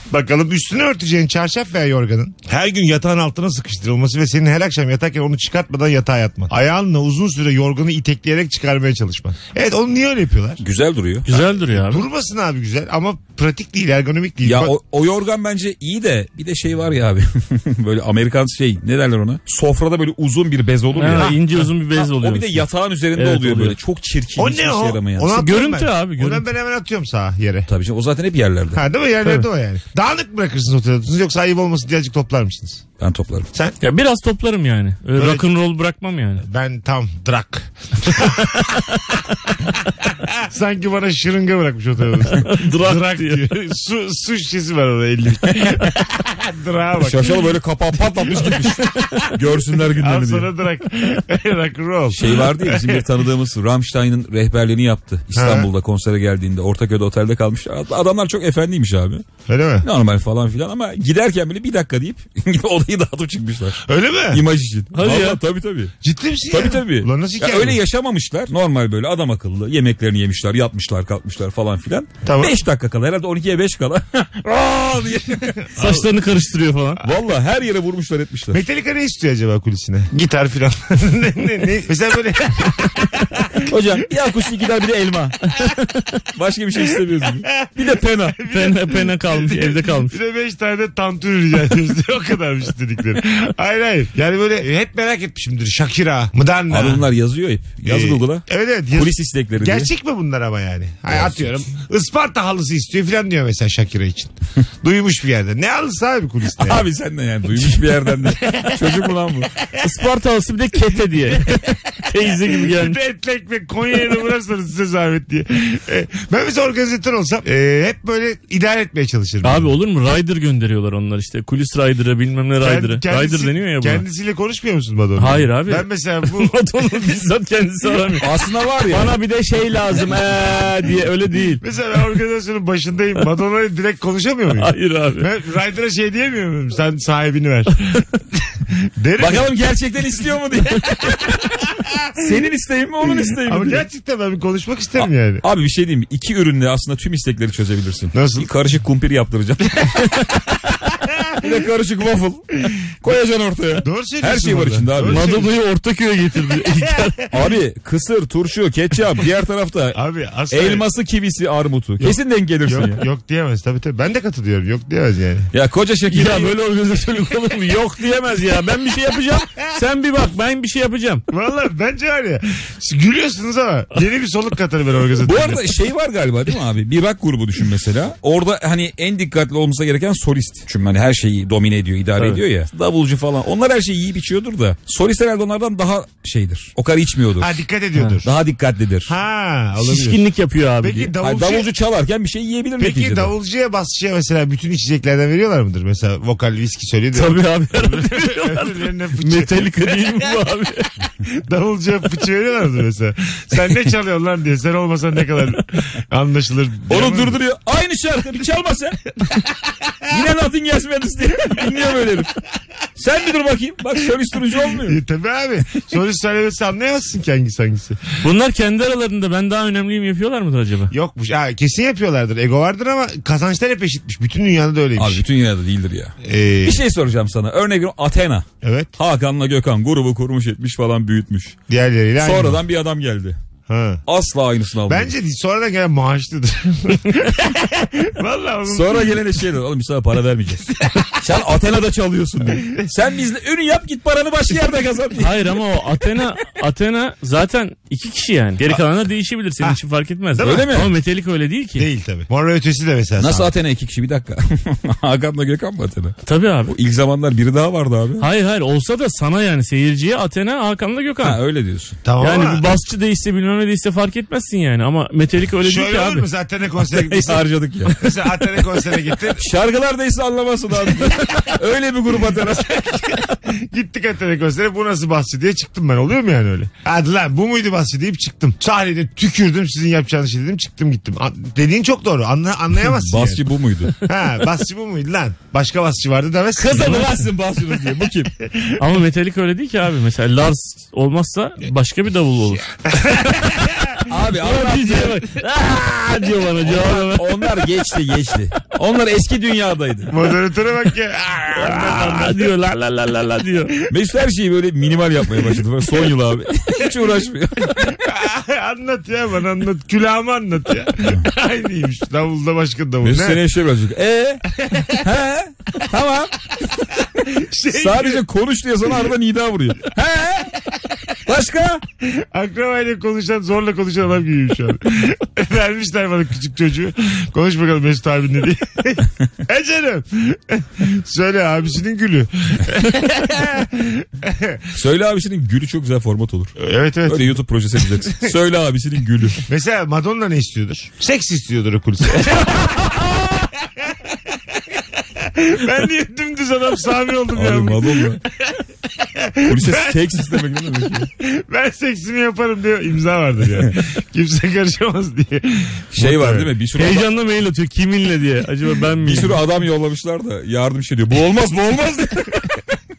Speaker 2: Bakalım üstünü örteceğin çarşaf veya yorganın her gün yatağın altına sıkıştırılması ve senin her akşam yatarken onu çıkartmadan yatağa yatman. Ayağınla uzun süre yorganı itekleyerek çıkarmaya çalışman. Evet onu niye öyle yapıyorlar?
Speaker 3: Güzel duruyor.
Speaker 4: Güzel duruyor abi.
Speaker 2: Durmasın abi güzel ama pratik değil ergonomik değil.
Speaker 3: Ya
Speaker 2: Bak-
Speaker 3: o, o yorgan bence iyi de bir de şey var ya abi. böyle Amerikan şey ne derler ona? Sofrada böyle uzun bir bez olur
Speaker 4: Ha,
Speaker 3: ya.
Speaker 4: ince uzun bir bez oluyor.
Speaker 3: O bir de
Speaker 4: işte.
Speaker 3: yatağın üzerinde
Speaker 4: Evet,
Speaker 3: oluyor, böyle.
Speaker 4: oluyor.
Speaker 3: Çok çirkin.
Speaker 2: o
Speaker 3: hiçbir
Speaker 2: ne
Speaker 3: işe
Speaker 2: o?
Speaker 3: yaramayan.
Speaker 2: Onu atıyorum
Speaker 4: Görüntü
Speaker 2: ben.
Speaker 4: abi, görüntü.
Speaker 2: Onu ben hemen atıyorum sağa yere.
Speaker 3: Tabii canım o zaten hep yerlerde.
Speaker 2: Ha değil mi? Yerlerde
Speaker 4: Tabii.
Speaker 2: o yani. Dağınık mı bırakırsınız oturuyorsunuz yoksa ayıp olmasın diye azıcık toplar mısınız?
Speaker 3: Ben toplarım.
Speaker 4: Ya biraz toplarım yani. Öyle
Speaker 2: Böyle-
Speaker 4: rock'n'roll bırakmam yani.
Speaker 2: Ben tam drak. Sanki bana şırınga bırakmış oturuyorsunuz.
Speaker 4: Drak diyor.
Speaker 2: diyor. su, su şişesi var orada 50. Drak'a bak.
Speaker 3: Şaşalı böyle kapağı patlatmış gitmiş. Görsünler
Speaker 2: Al
Speaker 3: günlerini diye.
Speaker 2: sana drak. Rock and roll.
Speaker 3: Şey vardı ya bizim bir tanıdığımız Rammstein'ın rehberliğini yaptı. İstanbul'da konsere geldiğinde Ortaköy'de otelde kalmış. Adamlar çok efendiymiş abi.
Speaker 2: Öyle mi?
Speaker 3: Normal falan filan ama giderken bile bir dakika deyip odayı dağıtıp çıkmışlar.
Speaker 2: Öyle mi?
Speaker 3: İmaj için.
Speaker 4: Hadi ya.
Speaker 3: Tabii tabii.
Speaker 2: Ciddi misin
Speaker 3: Tabii
Speaker 2: ya?
Speaker 3: tabii.
Speaker 2: Ulan nasıl
Speaker 3: Ya
Speaker 2: hikaye?
Speaker 3: öyle yaşamamışlar. Normal böyle adam akıllı. Yemeklerini yemişler, yatmışlar, kalkmışlar falan filan. 5
Speaker 2: Tamam.
Speaker 3: dakika kala herhalde 12'ye 5 kala. Aa diye.
Speaker 4: Saçlarını karıştırıyor falan.
Speaker 3: Valla her yere vurmuşlar etmişler.
Speaker 2: Metallica ne istiyor acaba kulisine? Gitar filan. ne, ne, ne? Mesela böyle
Speaker 8: Hocam bir akustik gider bir de elma.
Speaker 3: Başka bir şey istemiyorsun. bir de pena.
Speaker 4: Pena, pena kalmış evde kalmış.
Speaker 2: bir de beş tane de tantuni rica ediyoruz diye o kadarmış dedikleri. Hayır hayır. Yani böyle hep merak etmişimdir. Shakira, Madonna.
Speaker 3: Abi bunlar yazıyor hep. Yaz
Speaker 2: Ee,
Speaker 3: Google'a.
Speaker 2: Evet evet. yaz-
Speaker 3: Polis istekleri diye.
Speaker 2: Gerçek mi bunlar ama yani? Hay atıyorum. Isparta halısı istiyor filan diyor mesela Shakira için. Duymuş bir yerde. Ne halısı abi kuliste? ya?
Speaker 3: Abi sen de yani duymuş bir yerden de. Çocuk mu lan bu?
Speaker 4: Ispartalısı bir de kete diye. Teyze gibi
Speaker 2: Bir
Speaker 4: gelmiş.
Speaker 2: de etli ekmek Konya'ya da bıraksanız size zahmet diye. E, ben mesela organizatör olsam e, hep böyle idare etmeye çalışırım.
Speaker 4: Abi olur mu? Rider gönderiyorlar onlar işte. Kulis Rider'a bilmem ne
Speaker 2: Kend-
Speaker 4: Rider'a.
Speaker 2: kendisi-
Speaker 4: Rider deniyor ya buna.
Speaker 2: Kendisiyle konuşmuyor musun Madonna?
Speaker 4: Hayır abi.
Speaker 2: Ben mesela bu...
Speaker 4: Madonna bizzat kendisi aramıyor.
Speaker 3: Aslında var ya.
Speaker 4: Bana bir de şey lazım ee diye öyle değil.
Speaker 2: mesela ben organizasyonun başındayım. Madonna'yla direkt konuşamıyor muyum?
Speaker 4: Hayır abi.
Speaker 2: Ben Ryder'a şey diyemiyor muyum? Sen sahibini ver. Derim.
Speaker 3: Bakalım gerçekten istiyor mu diye. Senin isteğin mi onun isteği mi
Speaker 2: Ama
Speaker 3: diye.
Speaker 2: gerçekten ben bir konuşmak isterim yani.
Speaker 3: Abi bir şey diyeyim mi? İki ürünle aslında tüm istekleri çözebilirsin.
Speaker 2: Nasıl?
Speaker 3: Bir karışık kumpir yaptıracağım. bir de karışık waffle. Koyacaksın ortaya.
Speaker 2: Doğru söylüyorsun.
Speaker 3: Her şey var
Speaker 2: burada.
Speaker 3: içinde abi.
Speaker 2: Doğru
Speaker 3: Madonna-
Speaker 2: söylüyorsun.
Speaker 4: Madonna'yı Ortaköy'e getirdi.
Speaker 3: Abi kısır, turşu, ketçap diğer tarafta
Speaker 2: Abi asla.
Speaker 3: elması, kivisi, armutu. Kesin denk gelirsin ya.
Speaker 2: Yok, yok diyemez tabii tabii. Ben de katılıyorum. Yok diyemez yani.
Speaker 3: Ya koca şekil.
Speaker 4: ya böyle organizasyon olur mu? Yok diyemez ya. Ben bir şey yapacağım. Sen bir bak ben bir şey yapacağım.
Speaker 2: Vallahi bence var ya. siz Gülüyorsunuz ama yeni bir soluk katarım ben organizatörüne.
Speaker 3: Bu arada şey var galiba değil mi abi? Bir rock grubu düşün mesela. Orada hani en dikkatli olması gereken solist. Çünkü hani her şeyi domine ediyor, idare
Speaker 4: Tabii.
Speaker 3: ediyor ya. Davulcu falan. Onlar her şeyi yiyip içiyordur da. Solist herhalde onlardan daha şeydir. O kadar içmiyordur.
Speaker 2: Ha dikkat ediyordur.
Speaker 3: Daha dikkatlidir.
Speaker 2: Ha olabilir.
Speaker 4: Şişkinlik yapıyor abi. diye.
Speaker 2: Peki
Speaker 3: Hayır,
Speaker 2: davulcu...
Speaker 3: davulcu çalarken bir şey yiyebilir
Speaker 2: Peki
Speaker 3: neticede.
Speaker 2: davulcuya basçıya mesela bütün içeceklerden veriyorlar mıdır? Mesela vokal viski söylüyor. diyor.
Speaker 4: Tabii abi.
Speaker 2: Öbürlerine fıçı.
Speaker 4: Metallica değil mi bu abi?
Speaker 2: Davulcuya fıçı veriyorlar mıdır mesela? Sen ne çalıyorsun lan diye. Sen olmasan ne kadar anlaşılır.
Speaker 3: Onu durduruyor. Aynı şarkı bir çalmasa. Yine Nothing Else Matters diye. Dinliyor böyle herif. Sen bir dur bakayım. Bak soruşturucu olmuyor.
Speaker 2: E, tabii abi. Soru söylemesi anlayamazsın ki hangisi hangisi.
Speaker 4: Bunlar kendi aralarında ben daha önemliyim yapıyorlar mıdır acaba?
Speaker 2: Yokmuş. Ha, kesin yapıyorlardır. Ego vardır ama kazançlar hep eşitmiş. Bütün dünyada da öyleymiş.
Speaker 3: Abi bütün dünyada değildir ya.
Speaker 2: Ee,
Speaker 3: Bir şey soracağım sana. Örnek veriyorum Athena.
Speaker 2: evet.
Speaker 3: Hakan'la Gökhan grubu kurmuş etmiş falan büyütmüş.
Speaker 2: Diğerleriyle aynı.
Speaker 3: Sonradan bir adam geldi.
Speaker 2: Ha.
Speaker 3: Asla aynısını almadı.
Speaker 2: Bence değil, sonradan gelen maaşlıdır. Vallahi onun-
Speaker 3: Sonra gelene şey dedi. Oğlum biz sana para vermeyeceğiz. Sen Athena'da çalıyorsun diyor. Sen bizle ürün yap git paranı başka yerde kazan diye.
Speaker 4: Hayır ama o Athena Athena zaten iki kişi yani. Geri kalanlar değişebilir senin
Speaker 2: Ah.
Speaker 4: için fark etmez.
Speaker 2: Değil mi?
Speaker 4: Öyle mi? Ama Metallica öyle değil ki.
Speaker 2: Değil tabii. Mor ve ötesi de mesela.
Speaker 3: Nasıl
Speaker 2: sağ-
Speaker 3: Athena iki kişi bir dakika. Hakan'la Gökhan mı Athena?
Speaker 4: Tabii abi.
Speaker 3: Bu ilk zamanlar biri daha vardı abi.
Speaker 4: Hayır hayır olsa da sana yani seyirciye Athena Hakan'la Gökhan.
Speaker 3: Ha, öyle diyorsun.
Speaker 2: Tamam
Speaker 4: yani
Speaker 2: ama
Speaker 4: bir basçı değişse bilmem ne değişse fark etmezsin yani ama Metallica öyle değil
Speaker 2: Şöyle
Speaker 4: ki
Speaker 2: olur
Speaker 4: abi.
Speaker 2: mu? Zaten ne konsere gittin?
Speaker 3: harcadık ya.
Speaker 2: Mesela Atene konsere gittin.
Speaker 3: Şarkılar neyse anlamazsın abi. öyle bir grup Athena.
Speaker 2: Gittik Atene konsere bu nasıl bahsi diye çıktım ben. Oluyor mu yani öyle? Hadi lan bu muydu bahsi deyip çıktım. Sahnede tükürdüm sizin yapacağınız şey dedim çıktım gittim. A- dediğin çok doğru. Anla, anlayamazsın yani.
Speaker 3: Basçı bu muydu?
Speaker 2: Ha basçı bu muydu lan? Başka basçı vardı demezsin.
Speaker 3: Kazanırsın basçınız diye. Bu kim?
Speaker 4: Ama Metallica öyle değil ki abi. Mesela Lars olmazsa başka bir davul olur.
Speaker 3: Abi Allah
Speaker 4: Diye bak. Aa diyor bana cevabı ver.
Speaker 3: Onlar geçti geçti. Onlar eski dünyadaydı.
Speaker 2: Moderatöre bak ya. Aa!
Speaker 4: Aa diyor la la la la la diyor.
Speaker 3: Mesut her şeyi böyle minimal yapmaya başladı. Böyle son yıl abi. Hiç uğraşmıyor.
Speaker 2: anlat ya bana anlat. Külahımı anlat ya. Aynıymış. Davulda başka davul.
Speaker 3: Mesut
Speaker 2: Ne?
Speaker 3: seneye şey birazcık. Eee? He? Tamam.
Speaker 2: Şey,
Speaker 3: Sadece konuş diye sana arada nida vuruyor. He? Başka?
Speaker 2: Akrabayla konuşan zorla konuşan adam gibiyim şu an. Vermişler bana küçük çocuğu. Konuş bakalım Mesut abin ne diye. e canım. Söyle abisinin gülü.
Speaker 3: Söyle abisinin gülü çok güzel format olur.
Speaker 2: Evet evet.
Speaker 3: Öyle YouTube projesi yapacaksın. Söyle abisinin gülü.
Speaker 2: Mesela Madonna ne istiyordur? Seks istiyordur o kulise. ben niye dümdüz adam Sami oldum
Speaker 3: Abi
Speaker 2: ya.
Speaker 3: Madonna. Polise seks istemek ne demek? ya?
Speaker 2: Ben seksimi yaparım diyor. imza vardır yani. Kimse karışamaz diye.
Speaker 3: Şey var değil mi? Bir sürü adam,
Speaker 4: Heyecanla mail atıyor kiminle diye. Acaba ben
Speaker 3: bir
Speaker 4: miyim?
Speaker 3: sürü adam yollamışlar da yardım şey diyor. Bu olmaz bu olmaz. diye.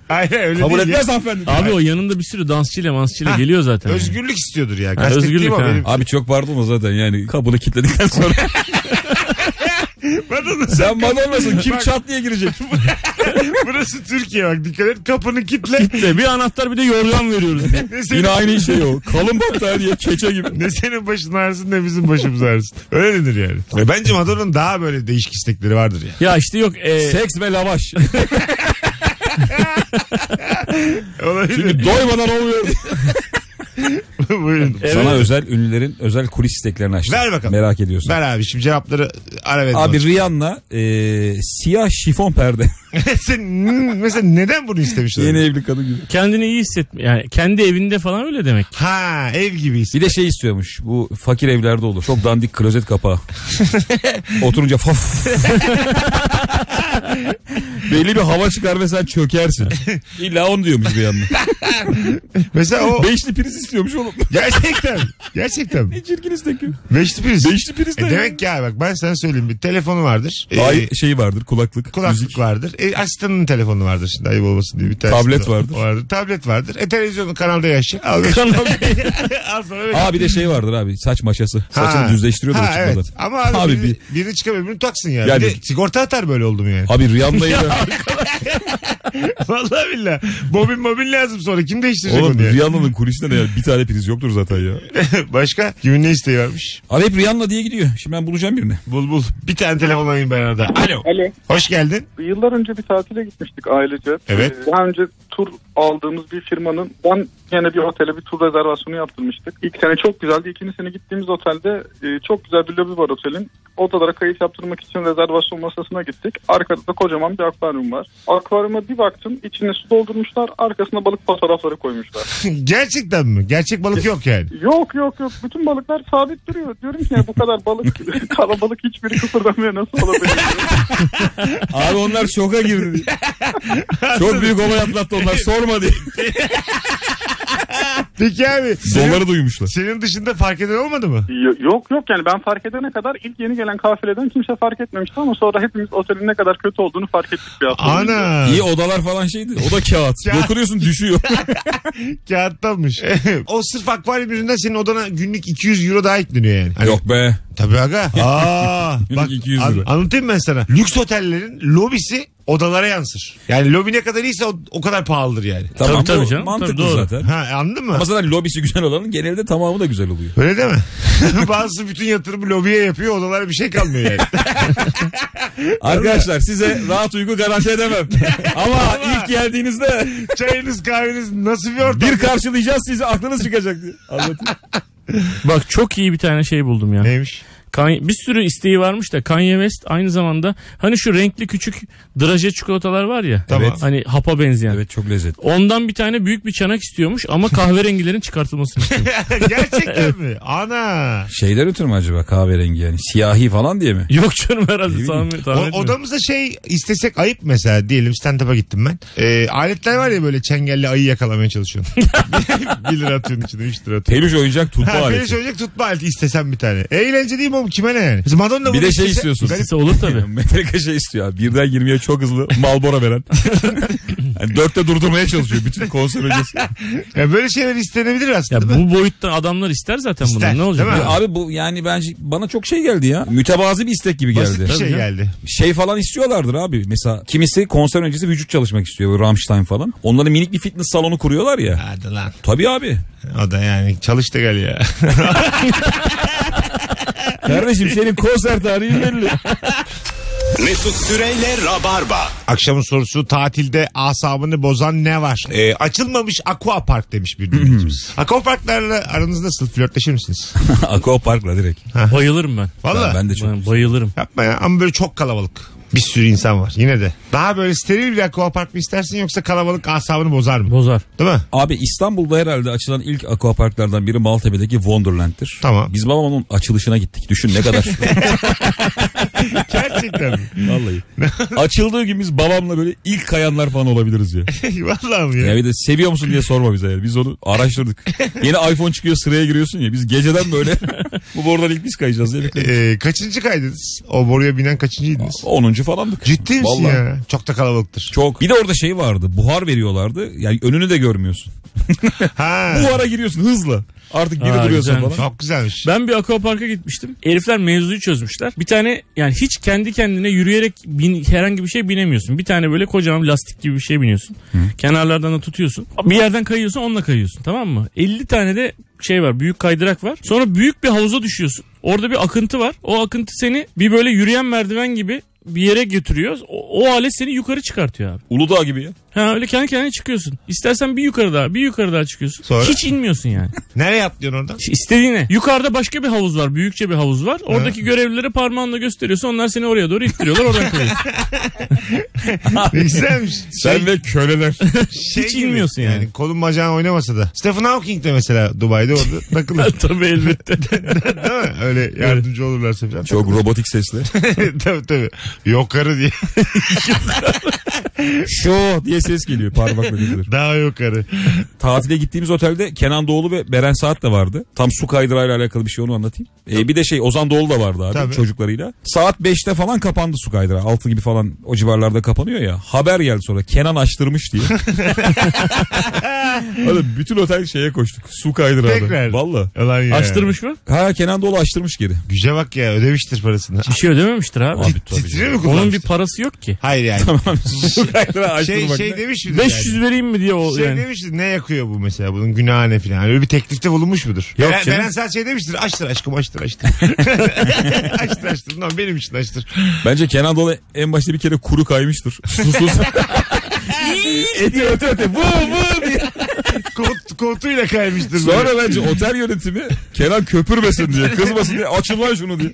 Speaker 2: Hayır öyle
Speaker 3: Kabul
Speaker 2: değil. ya.
Speaker 3: etmez hanımefendi. diyor.
Speaker 4: Abi o yanında bir sürü dansçıyla mansçıyla geliyor zaten.
Speaker 2: Özgürlük istiyordur ya.
Speaker 4: Ha, özgürlük
Speaker 2: Kastettiğim o
Speaker 4: ha.
Speaker 2: benim.
Speaker 3: Abi çok pardon o zaten yani kabını kilitledikten sonra.
Speaker 2: Madonna sen
Speaker 3: Sen Madonna'sın kim çat diye girecek.
Speaker 2: Burası Türkiye bak dikkat et kapını kitle.
Speaker 4: İşte bir anahtar bir de yorgan veriyoruz.
Speaker 2: Ne
Speaker 3: Yine
Speaker 2: senin,
Speaker 3: aynı şey o. Kalın battaniye keçe gibi.
Speaker 2: ne senin başın ağrısın ne bizim başımız ağrısın. Öyle denir yani. Ve bence Madonna'nın daha böyle değişik istekleri vardır ya.
Speaker 4: ya işte yok
Speaker 2: Ee,
Speaker 4: e,
Speaker 3: Seks ve lavaş.
Speaker 2: Olabilir.
Speaker 3: Çünkü doymadan olmuyor.
Speaker 2: Buyurun.
Speaker 3: Sana özel ünlülerin özel kulis isteklerini açtım.
Speaker 2: Ver bakalım.
Speaker 3: Merak ediyorsun.
Speaker 2: Ver abi şimdi cevapları ara ver.
Speaker 3: Abi Rihanna e, siyah şifon perde.
Speaker 2: Sen, hmm, mesela neden bunu istemişler?
Speaker 3: Yeni evli kadın gibi.
Speaker 4: kendini iyi hissetme. Yani kendi evinde falan öyle demek.
Speaker 2: Ha ev gibiyiz.
Speaker 3: Bir de şey istiyormuş. Bu fakir evlerde olur. Çok dandik klozet kapağı. Oturunca faf. Belli bir hava çıkar ve sen çökersin. İlla on diyormuş bir yandan.
Speaker 2: Mesela o
Speaker 3: Beşli priz istiyormuş oğlum.
Speaker 2: gerçekten gerçekten.
Speaker 3: Çirkin istek. yok.
Speaker 2: Beşli priz.
Speaker 3: Beşli priz ne
Speaker 2: E
Speaker 3: ya?
Speaker 2: demek ki abi bak ben sana söyleyeyim bir telefonu vardır. E,
Speaker 3: Ay şey vardır kulaklık.
Speaker 2: kulaklık
Speaker 3: müzik.
Speaker 2: vardır. E, asistanın telefonu vardır şimdi ayıp olmasın diye bir tane.
Speaker 3: Tablet vardır.
Speaker 2: vardır. Tablet vardır. E televizyonun kanalda yaşayacak. Al, al sana ver.
Speaker 3: Aa bir de şey vardır abi saç maşası.
Speaker 2: Ha.
Speaker 3: Saçını düzleştiriyordur
Speaker 2: Ha,
Speaker 3: çıkmadan.
Speaker 2: evet. Ama abi,
Speaker 3: Abi
Speaker 2: birini,
Speaker 3: bir-
Speaker 2: birini çıkar öbürünü taksın yani.
Speaker 3: Yani-
Speaker 2: Bir de sigorta atar böyle oldum yani.
Speaker 3: Abi Rihanna'yı da
Speaker 2: Vallahi billahi. Bobin mobin lazım sonra. Kim değiştirecek
Speaker 3: oğlum
Speaker 2: onu yani?
Speaker 3: Rihanna'nın kulisinde de yani bir tane priz yoktur zaten ya.
Speaker 2: Başka? Kimin ne isteği varmış?
Speaker 3: Abi hep Rihanna diye gidiyor. Şimdi ben bulacağım birini.
Speaker 2: Bul bul. Bir tane telefon alayım ben arada. Alo.
Speaker 5: Alo.
Speaker 2: Hoş geldin.
Speaker 5: Yıllar önce bir tatile gitmiştik ailece.
Speaker 2: Evet.
Speaker 5: Ee, Daha önce tur aldığımız bir firmanın ben yine bir otele bir tur rezervasyonu yaptırmıştık. İlk sene çok güzeldi. İkinci sene gittiğimiz otelde e, çok güzel bir lobi var otelin. Odalara kayıt yaptırmak için rezervasyon masasına gittik. Arkada da kocaman bir akvaryum var. Akvaryuma bir baktım içine su doldurmuşlar. Arkasına balık fotoğrafları koymuşlar.
Speaker 2: Gerçekten mi? Gerçek balık yok yani.
Speaker 5: Yok yok yok. Bütün balıklar sabit duruyor. Diyorum ki ya bu kadar balık kalabalık hiçbiri kıpırdamıyor nasıl olabilir?
Speaker 3: Abi onlar şoka girdi. Çok büyük olay atlattı onlar sorma diye.
Speaker 2: Peki abi.
Speaker 3: Doları
Speaker 2: senin-
Speaker 3: duymuşlar.
Speaker 2: Senin dışında fark eden olmadı mı?
Speaker 5: Y- Yok yok yani ben fark edene kadar ilk yeni gelen kafileden kimse fark etmemişti ama sonra hepimiz otelin ne kadar kötü olduğunu fark ettik bir hafta. önce.
Speaker 2: Ana.
Speaker 3: İyi odalar falan şeydi. O da kağıt.
Speaker 2: Kağıt.
Speaker 3: Dokunuyorsun düşüyor.
Speaker 2: Kağıttanmış. o sırf akvaryum yüzünden senin odana günlük 200 euro daha ekleniyor yani. Hani-
Speaker 3: Yok be.
Speaker 2: Tabii aga. Aa, bak,
Speaker 3: 200
Speaker 2: an-
Speaker 3: lira.
Speaker 2: anlatayım ben sana. Lüks otellerin lobisi odalara yansır. Yani lobi ne kadar iyiyse o, o kadar pahalıdır yani.
Speaker 3: Tamam
Speaker 4: Tabii, tabii
Speaker 3: bu
Speaker 4: canım.
Speaker 3: Mantıklı
Speaker 4: Tabii, doğru.
Speaker 3: zaten.
Speaker 2: Ha, e, anladın mı?
Speaker 3: Ama zaten lobisi güzel olanın genelde tamamı da güzel oluyor.
Speaker 2: Öyle değil mi? Bazısı bütün yatırımı lobiye yapıyor odalara bir şey kalmıyor yani.
Speaker 3: Arkadaşlar size rahat uyku garanti edemem. Ama ilk geldiğinizde
Speaker 2: Çayınız kahveniz nasıl bir ortam?
Speaker 3: bir karşılayacağız sizi aklınız çıkacak diye. Anlatayım.
Speaker 4: Bak çok iyi bir tane şey buldum ya.
Speaker 2: Neymiş?
Speaker 4: Kanye- bir sürü isteği varmış da Kanye West aynı zamanda hani şu renkli küçük draje çikolatalar var ya.
Speaker 2: Tamam.
Speaker 4: Evet. Hani hapa benzeyen.
Speaker 3: Evet çok lezzetli.
Speaker 4: Ondan bir tane büyük bir çanak istiyormuş ama kahverengilerin çıkartılmasını istiyormuş.
Speaker 2: Gerçekten mi? Ana.
Speaker 3: Şeyler ötürü mü acaba kahverengi yani? Siyahi falan diye mi?
Speaker 4: Yok canım herhalde
Speaker 3: bileyim.
Speaker 4: tahmin,
Speaker 2: O,
Speaker 4: tahmin etmiyorum.
Speaker 2: odamıza şey istesek ayıp mesela diyelim stand-up'a gittim ben. Ee, aletler var ya böyle çengelle ayı yakalamaya çalışıyorsun. 1 lira atıyorsun içine 3 lira atıyorsun.
Speaker 3: Peluş oyuncak tutma
Speaker 2: Ha, beni
Speaker 3: aleti.
Speaker 2: söyleyecek tutma aleti istesem bir tane. Eğlence değil mi oğlum kime ne yani? Mesela Madonna
Speaker 3: Bir
Speaker 2: bunu
Speaker 3: de şey
Speaker 2: istese-
Speaker 3: istiyorsun.
Speaker 2: Ben-
Speaker 4: Sesi olur tabii.
Speaker 3: Metallica şey istiyor abi. Birden 20'ye çok hızlı Malbora veren. yani dörtte durdurmaya çalışıyor bütün konser öncesi.
Speaker 2: Ya böyle şeyler istenebilir aslında
Speaker 4: Ya
Speaker 2: değil mi?
Speaker 4: bu boyutta adamlar ister zaten
Speaker 2: İster,
Speaker 4: bunu. Ne olacak?
Speaker 2: değil mi?
Speaker 4: Ya?
Speaker 3: abi bu yani bence bana çok şey geldi ya. Mütevazi bir istek gibi
Speaker 2: Basit
Speaker 3: geldi.
Speaker 2: bir şey
Speaker 4: Tabii canım.
Speaker 2: geldi.
Speaker 3: Şey falan istiyorlardır abi. Mesela kimisi konser öncesi vücut çalışmak istiyor. Böyle Rammstein falan. Onların minik bir fitness salonu kuruyorlar ya.
Speaker 2: Hadi lan.
Speaker 3: Tabii abi.
Speaker 2: O da yani çalış da gel ya.
Speaker 3: Kardeşim senin konser tarihi belli.
Speaker 1: Mesut Süreyle Rabarba.
Speaker 2: Akşamın sorusu tatilde asabını bozan ne var? Ee, açılmamış aqua park demiş bir dinleyicimiz. aqua parklarla aranız nasıl? Flörtleşir misiniz?
Speaker 3: Aquapark'la direkt.
Speaker 4: Bayılırım ben.
Speaker 2: Valla
Speaker 3: Ben, ben de çok.
Speaker 4: Ben bayılırım.
Speaker 2: yapma ya ama böyle çok kalabalık. Bir sürü insan var yine de. Daha böyle steril bir aqua park mı istersin yoksa kalabalık asabını bozar mı?
Speaker 4: Bozar.
Speaker 2: Değil mi?
Speaker 3: Abi İstanbul'da herhalde açılan ilk aquaparklardan biri Maltepe'deki Wonderland'tir.
Speaker 2: Tamam.
Speaker 3: Biz babamın açılışına gittik. Düşün ne kadar.
Speaker 2: Gerçekten mi?
Speaker 3: Vallahi. Açıldığı gün biz babamla böyle ilk kayanlar falan olabiliriz ya.
Speaker 2: Valla mı ya?
Speaker 3: Ya bir de seviyor musun diye sorma bize yani. Biz onu araştırdık. Yeni iPhone çıkıyor sıraya giriyorsun ya. Biz geceden böyle bu borudan ilk biz kayacağız diye bekledik.
Speaker 2: Ee, kaçıncı kaydınız? O boruya binen kaçıncıydınız?
Speaker 3: 10. falandık.
Speaker 2: Ciddi misin
Speaker 3: Vallahi.
Speaker 2: ya? Çok da kalabalıktır.
Speaker 3: Çok. Bir de orada şey vardı. Buhar veriyorlardı. Yani önünü de görmüyorsun.
Speaker 2: Ha.
Speaker 3: Buhara giriyorsun hızla. Artık geri
Speaker 4: Aa,
Speaker 3: duruyorsun
Speaker 4: güzelmiş.
Speaker 3: falan.
Speaker 2: Çok güzelmiş.
Speaker 4: Ben bir akvaparka gitmiştim. Herifler mevzuyu çözmüşler. Bir tane yani hiç kendi kendine yürüyerek bin, herhangi bir şey binemiyorsun. Bir tane böyle kocaman lastik gibi bir şey biniyorsun. Kenarlardan da tutuyorsun. Bir yerden kayıyorsun onunla kayıyorsun tamam mı? 50 tane de şey var büyük kaydırak var. Sonra büyük bir havuza düşüyorsun. Orada bir akıntı var. O akıntı seni bir böyle yürüyen merdiven gibi bir yere götürüyor. O, o alet seni yukarı çıkartıyor abi.
Speaker 3: Uludağ gibi ya.
Speaker 4: Ha öyle kendi kendine çıkıyorsun. İstersen bir yukarı daha, bir yukarı daha çıkıyorsun.
Speaker 2: Sonra?
Speaker 4: Hiç inmiyorsun yani.
Speaker 2: Nereye atlıyorsun oradan?
Speaker 4: İstediğine. Yukarıda başka bir havuz var. Büyükçe bir havuz var. Oradaki görevlilere parmağınla gösteriyorsun. Onlar seni oraya doğru ittiriyorlar. Oradan kayıyorsun.
Speaker 2: Ne güzelmiş. Şey-
Speaker 3: Sen ve köleler.
Speaker 2: şey
Speaker 4: hiç
Speaker 2: gibi.
Speaker 4: inmiyorsun yani.
Speaker 2: Kolun bacağın oynamasa da. Stephen Hawking de mesela Dubai'de orada takılır.
Speaker 4: Tabii elbette.
Speaker 2: Değil mi? Öyle yardımcı olurlarsa falan.
Speaker 3: Çok robotik sesli.
Speaker 2: tabii tabii. Yokarı diye.
Speaker 3: Şu diye ses geliyor parmakla gidilir.
Speaker 2: Daha yokarı.
Speaker 3: Tatile gittiğimiz otelde Kenan Doğulu ve Beren Saat de vardı. Tam su kaydırağıyla alakalı bir şey onu anlatayım. Ee, bir de şey Ozan Doğulu da vardı abi
Speaker 2: Tabii.
Speaker 3: çocuklarıyla. Saat 5'te falan kapandı su kaydırağı. 6 gibi falan o civarlarda kapanıyor ya. Haber geldi sonra Kenan açtırmış diye. Oğlum bütün otel şeye koştuk. Su kaydırağına.
Speaker 2: Tekrar.
Speaker 3: Valla.
Speaker 2: Ulan ya.
Speaker 4: Açtırmış mı?
Speaker 3: Ha Kenan Doğulu açtırmış geri.
Speaker 2: Güce bak ya ödemiştir parasını.
Speaker 4: Bir şey ödememiştir abi.
Speaker 3: Abi tabii.
Speaker 2: Titri mi kullanmıştır?
Speaker 4: Onun bir parası yok ki.
Speaker 2: Hayır yani.
Speaker 3: su kaydırağı
Speaker 2: şey,
Speaker 3: açtırmak.
Speaker 2: şey
Speaker 3: ne?
Speaker 2: demiş midir
Speaker 4: 500
Speaker 2: yani?
Speaker 4: vereyim mi diye o
Speaker 2: Şey
Speaker 4: yani.
Speaker 2: demiştir ne yakıyor bu mesela bunun günahı ne filan. Öyle bir teklifte bulunmuş mudur?
Speaker 4: Yok
Speaker 2: Beren,
Speaker 4: canım.
Speaker 2: Beren Saat şey demiştir açtır aşkım açtır açtır. açtır açtır lan benim için açtır.
Speaker 3: Bence Kenan Doğulu en başta bir kere kuru kaymıştır. Susuz. öte öte öte. Vı vı diye.
Speaker 2: Kot, kotuyla kaymıştır. böyle.
Speaker 3: Sonra bence otel yönetimi Kenan köpürmesin diye, kızmasın diye açın lan şunu diye.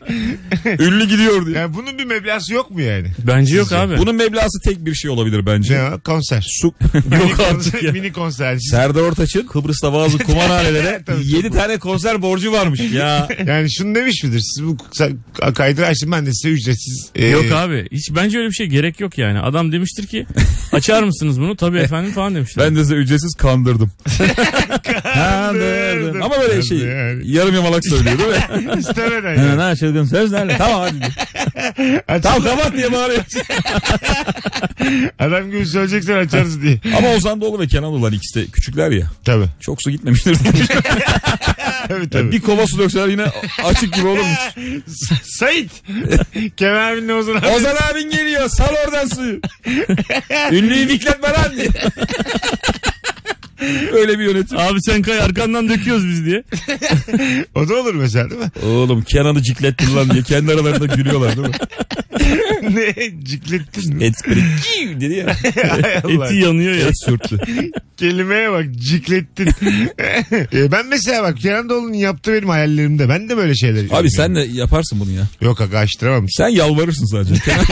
Speaker 3: Ünlü gidiyor diye.
Speaker 2: Yani bunun bir meblası yok mu yani?
Speaker 4: Bence yok abi.
Speaker 3: Bunun meblası tek bir şey olabilir
Speaker 2: Ne
Speaker 3: bence.
Speaker 2: o? Konser.
Speaker 3: Su
Speaker 2: Mini
Speaker 3: yok
Speaker 2: konser-
Speaker 3: artık ya.
Speaker 2: Mini konser.
Speaker 3: Serdar Ortaç'ın Kıbrıs'ta bazı kumarhanelere
Speaker 2: Tabii, çok
Speaker 3: 7 tane konser borcu varmış. Ya
Speaker 2: Yani şunu demiş midir? Siz bu sa- kaydı açtım ben de size ücretsiz. e,
Speaker 4: Yok abi. Hiç bence öyle bir şey gerek yok yani. Adam demiştir ki açar mısınız bunu? Tabii efendim falan demişler.
Speaker 3: ben de size ücretsiz kandırdım.
Speaker 2: Kandırdım.
Speaker 3: Ama böyle şey
Speaker 2: Yani.
Speaker 3: yarım yamalak söylüyor değil mi?
Speaker 2: İstemeden
Speaker 3: Hemen
Speaker 2: yani.
Speaker 3: ha çılgın söz nerede? Tamam hadi. tamam kapat diye bağırıyor.
Speaker 2: Adam gibi söyleyeceksen açarız diye.
Speaker 3: Ama Ozan Doğulu ve Kenan Doğulu hani ikisi de küçükler ya.
Speaker 2: Tabii.
Speaker 3: Çok su gitmemiştir. demiş.
Speaker 2: Tabii tabii.
Speaker 3: bir kova su dökseler yine açık gibi olurmuş.
Speaker 2: Sait. Kemal abinle Ozan abi.
Speaker 3: Ozan abin geliyor sal oradan suyu. Ünlüyü dikletme lan diye. Öyle bir yönetim.
Speaker 4: Abi sen kay arkandan döküyoruz biz diye.
Speaker 2: O da olur mesela değil mi?
Speaker 3: Oğlum Kenan'ı ciklettin lan diye kendi aralarında gülüyorlar değil mi?
Speaker 2: ne? Ciklettin mi?
Speaker 3: Espri civ dedi ya.
Speaker 2: Hay Allah.
Speaker 4: Eti yanıyor ya.
Speaker 3: Et sürttü.
Speaker 2: Kelimeye bak ciklettin. E, ben mesela bak Kenan Doğulu'nun yaptığı benim hayallerimde. Ben de böyle şeyler
Speaker 3: Abi
Speaker 2: yapıyorum.
Speaker 3: sen de yaparsın bunu ya.
Speaker 2: Yok aga açtıramam.
Speaker 3: Sen yalvarırsın sadece. Kenan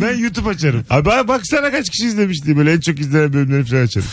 Speaker 2: Ben YouTube açarım. Abi bak- baksana kaç kişi izlemiş diye böyle en çok izlenen bölümleri falan açarım.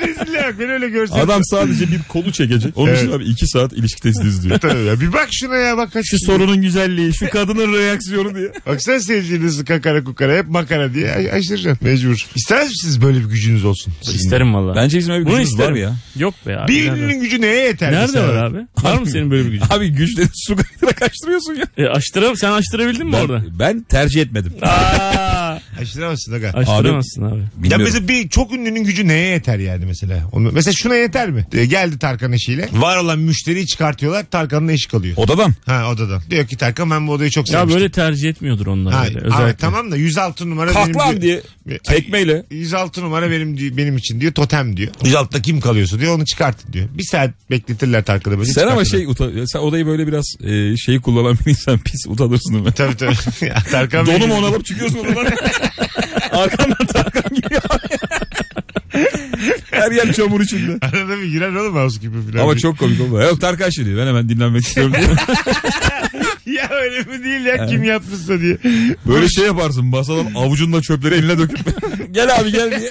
Speaker 2: Rezil ya beni öyle görsen.
Speaker 3: Adam sadece bir kolu çekecek. Onun için
Speaker 2: Evet.
Speaker 3: abi iki saat ilişki testi izliyor.
Speaker 2: Tabii ya. Bir bak şuna ya bak kaç
Speaker 4: Şu sorunun güzelliği, şu kadının reaksiyonu diye.
Speaker 2: Baksana seyircinin kakara kukara hep makara diye ay- aşıracaksın mecbur. İster misiniz böyle bir gücünüz olsun?
Speaker 4: İsterim valla.
Speaker 3: Bence bizim öyle bir
Speaker 4: Bunu
Speaker 3: gücümüz var
Speaker 4: isterim.
Speaker 3: ya.
Speaker 4: Yok be abi.
Speaker 2: Bir
Speaker 4: nerede?
Speaker 2: ünlünün gücü neye yeter?
Speaker 4: Nerede
Speaker 2: mesela?
Speaker 4: var abi? Var mı senin böyle bir gücün?
Speaker 3: Abi güçle su kaydına kaçtırıyorsun ya.
Speaker 4: E, aştıra, sen aştırabildin mi orada?
Speaker 3: Ben, ben tercih etmedim.
Speaker 4: Aa,
Speaker 2: Aşıramazsın aga.
Speaker 4: aştıramazsın abi.
Speaker 2: Ya
Speaker 3: Bilmiyorum.
Speaker 2: mesela bir çok ünlünün gücü neye yeter yani mesela? Onu, mesela şuna yeter mi? Ee, geldi Tarkan eşiyle. Var olan müşteriyi çıkartıyorlar. Tarkan'ın eşi kalıyor.
Speaker 3: Odadan.
Speaker 2: Ha odadan. Diyor ki Tarkan ben bu odayı çok
Speaker 4: Ya
Speaker 2: sevmiştim.
Speaker 4: böyle tercih etmiyordur onlar.
Speaker 2: Ha,
Speaker 4: böyle,
Speaker 2: abi
Speaker 4: özellikle.
Speaker 2: tamam da 106 numara
Speaker 3: Kalk
Speaker 2: benim
Speaker 3: lan
Speaker 2: diyor-
Speaker 3: diye
Speaker 2: Ay,
Speaker 3: tekmeyle.
Speaker 2: 106 numara benim diyor- benim için diyor totem diyor. 106'da kim kalıyorsa diyor onu çıkartın diyor. Bir saat bekletirler Tarkan'ı böyle.
Speaker 3: Sen ama
Speaker 2: çıkartırlar.
Speaker 3: şey uta- sen odayı böyle biraz e, şeyi kullanan bir insan pis utanırsın değil mi?
Speaker 2: Tabii tabii. Ya, Tarkan Bey-
Speaker 3: Donumu ona alıp çıkıyorsun odadan. Arkandan tarkan geliyor. Her yer çamur içinde.
Speaker 2: Arada bir girer oğlum mouse gibi falan.
Speaker 3: Ama çok komik olma. Yok Tarkan şey diyor. Ben hemen dinlenmek istiyorum diye.
Speaker 2: Ya öyle mi değil ya kim yapmışsa diye.
Speaker 3: Böyle şey yaparsın masadan avucunla çöpleri eline döküp gel abi gel diye.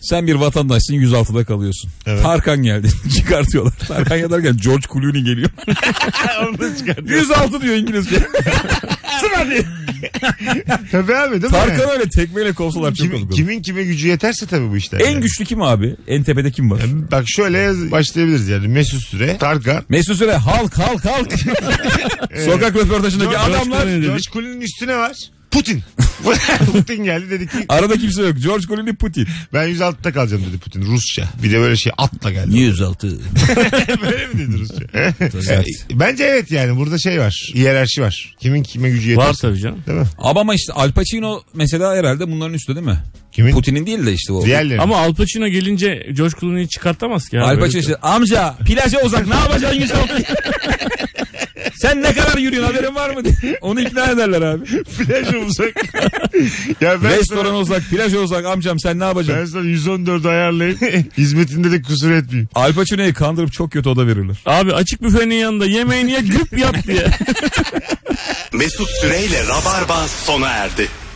Speaker 3: Sen bir vatandaşsın 106'da kalıyorsun.
Speaker 2: Evet.
Speaker 3: Tarkan geldi çıkartıyorlar. Tarkan yatarken George Clooney geliyor.
Speaker 2: Onu da çıkartıyor.
Speaker 3: 106 diyor İngilizce. Sıra diye.
Speaker 2: Tabii abi değil mi?
Speaker 3: Tarkan öyle tekmeyle kovsalar çok
Speaker 2: Kimin,
Speaker 3: komik olur.
Speaker 2: kimin kime gücü yeterse tabii bu işler.
Speaker 3: En
Speaker 2: yani.
Speaker 3: güçlü kim abi? En tepede kim var?
Speaker 2: Bak şöyle yaz- başlayabiliriz yani. Mesut Süre, Tarkan.
Speaker 3: Mesut Süre halk halk halk. Sokak röportajındaki
Speaker 2: George
Speaker 3: adamlar.
Speaker 4: Clooney. Ne
Speaker 2: George Clooney'nin üstüne var. Putin. Putin geldi dedi ki
Speaker 3: Arada kimse yok. George Clooney Putin.
Speaker 2: ben 106'da kalacağım dedi Putin Rusça. Bir de böyle şey atla geldi.
Speaker 3: 106.
Speaker 2: böyle mi dedi Rusça? Bence evet yani burada şey var. Hiyerarşi var. Kimin kime gücü yeterse.
Speaker 4: Var tabii canım.
Speaker 2: Değil mi?
Speaker 3: Ama ama işte Al Pacino mesela herhalde bunların üstü değil mi?
Speaker 2: Kimin?
Speaker 3: Putin'in değil de işte o.
Speaker 2: Diğerleri.
Speaker 4: Ama Al Pacino gelince George Clooney'i çıkartamaz ki. abi.
Speaker 3: Al
Speaker 4: şey. Öyle
Speaker 3: Pacino işte amca plaja uzak ne yapacaksın yüz altı?" Sen ne kadar yürüyorsun haberin var mı? diye. Onu ikna ederler abi.
Speaker 2: plaj uzak. ya ben
Speaker 3: Restoran
Speaker 2: sana,
Speaker 3: uzak, plaja uzak amcam sen ne
Speaker 2: ben
Speaker 3: yapacaksın?
Speaker 2: sana 114 ayarlayayım. Hizmetinde de kusur etmeyeyim.
Speaker 3: Al Pacino'yu kandırıp çok kötü oda verirler.
Speaker 4: Abi açık büfenin yanında yemeğini ye güp yap diye.
Speaker 1: Mesut Süreyle Rabarba sona erdi.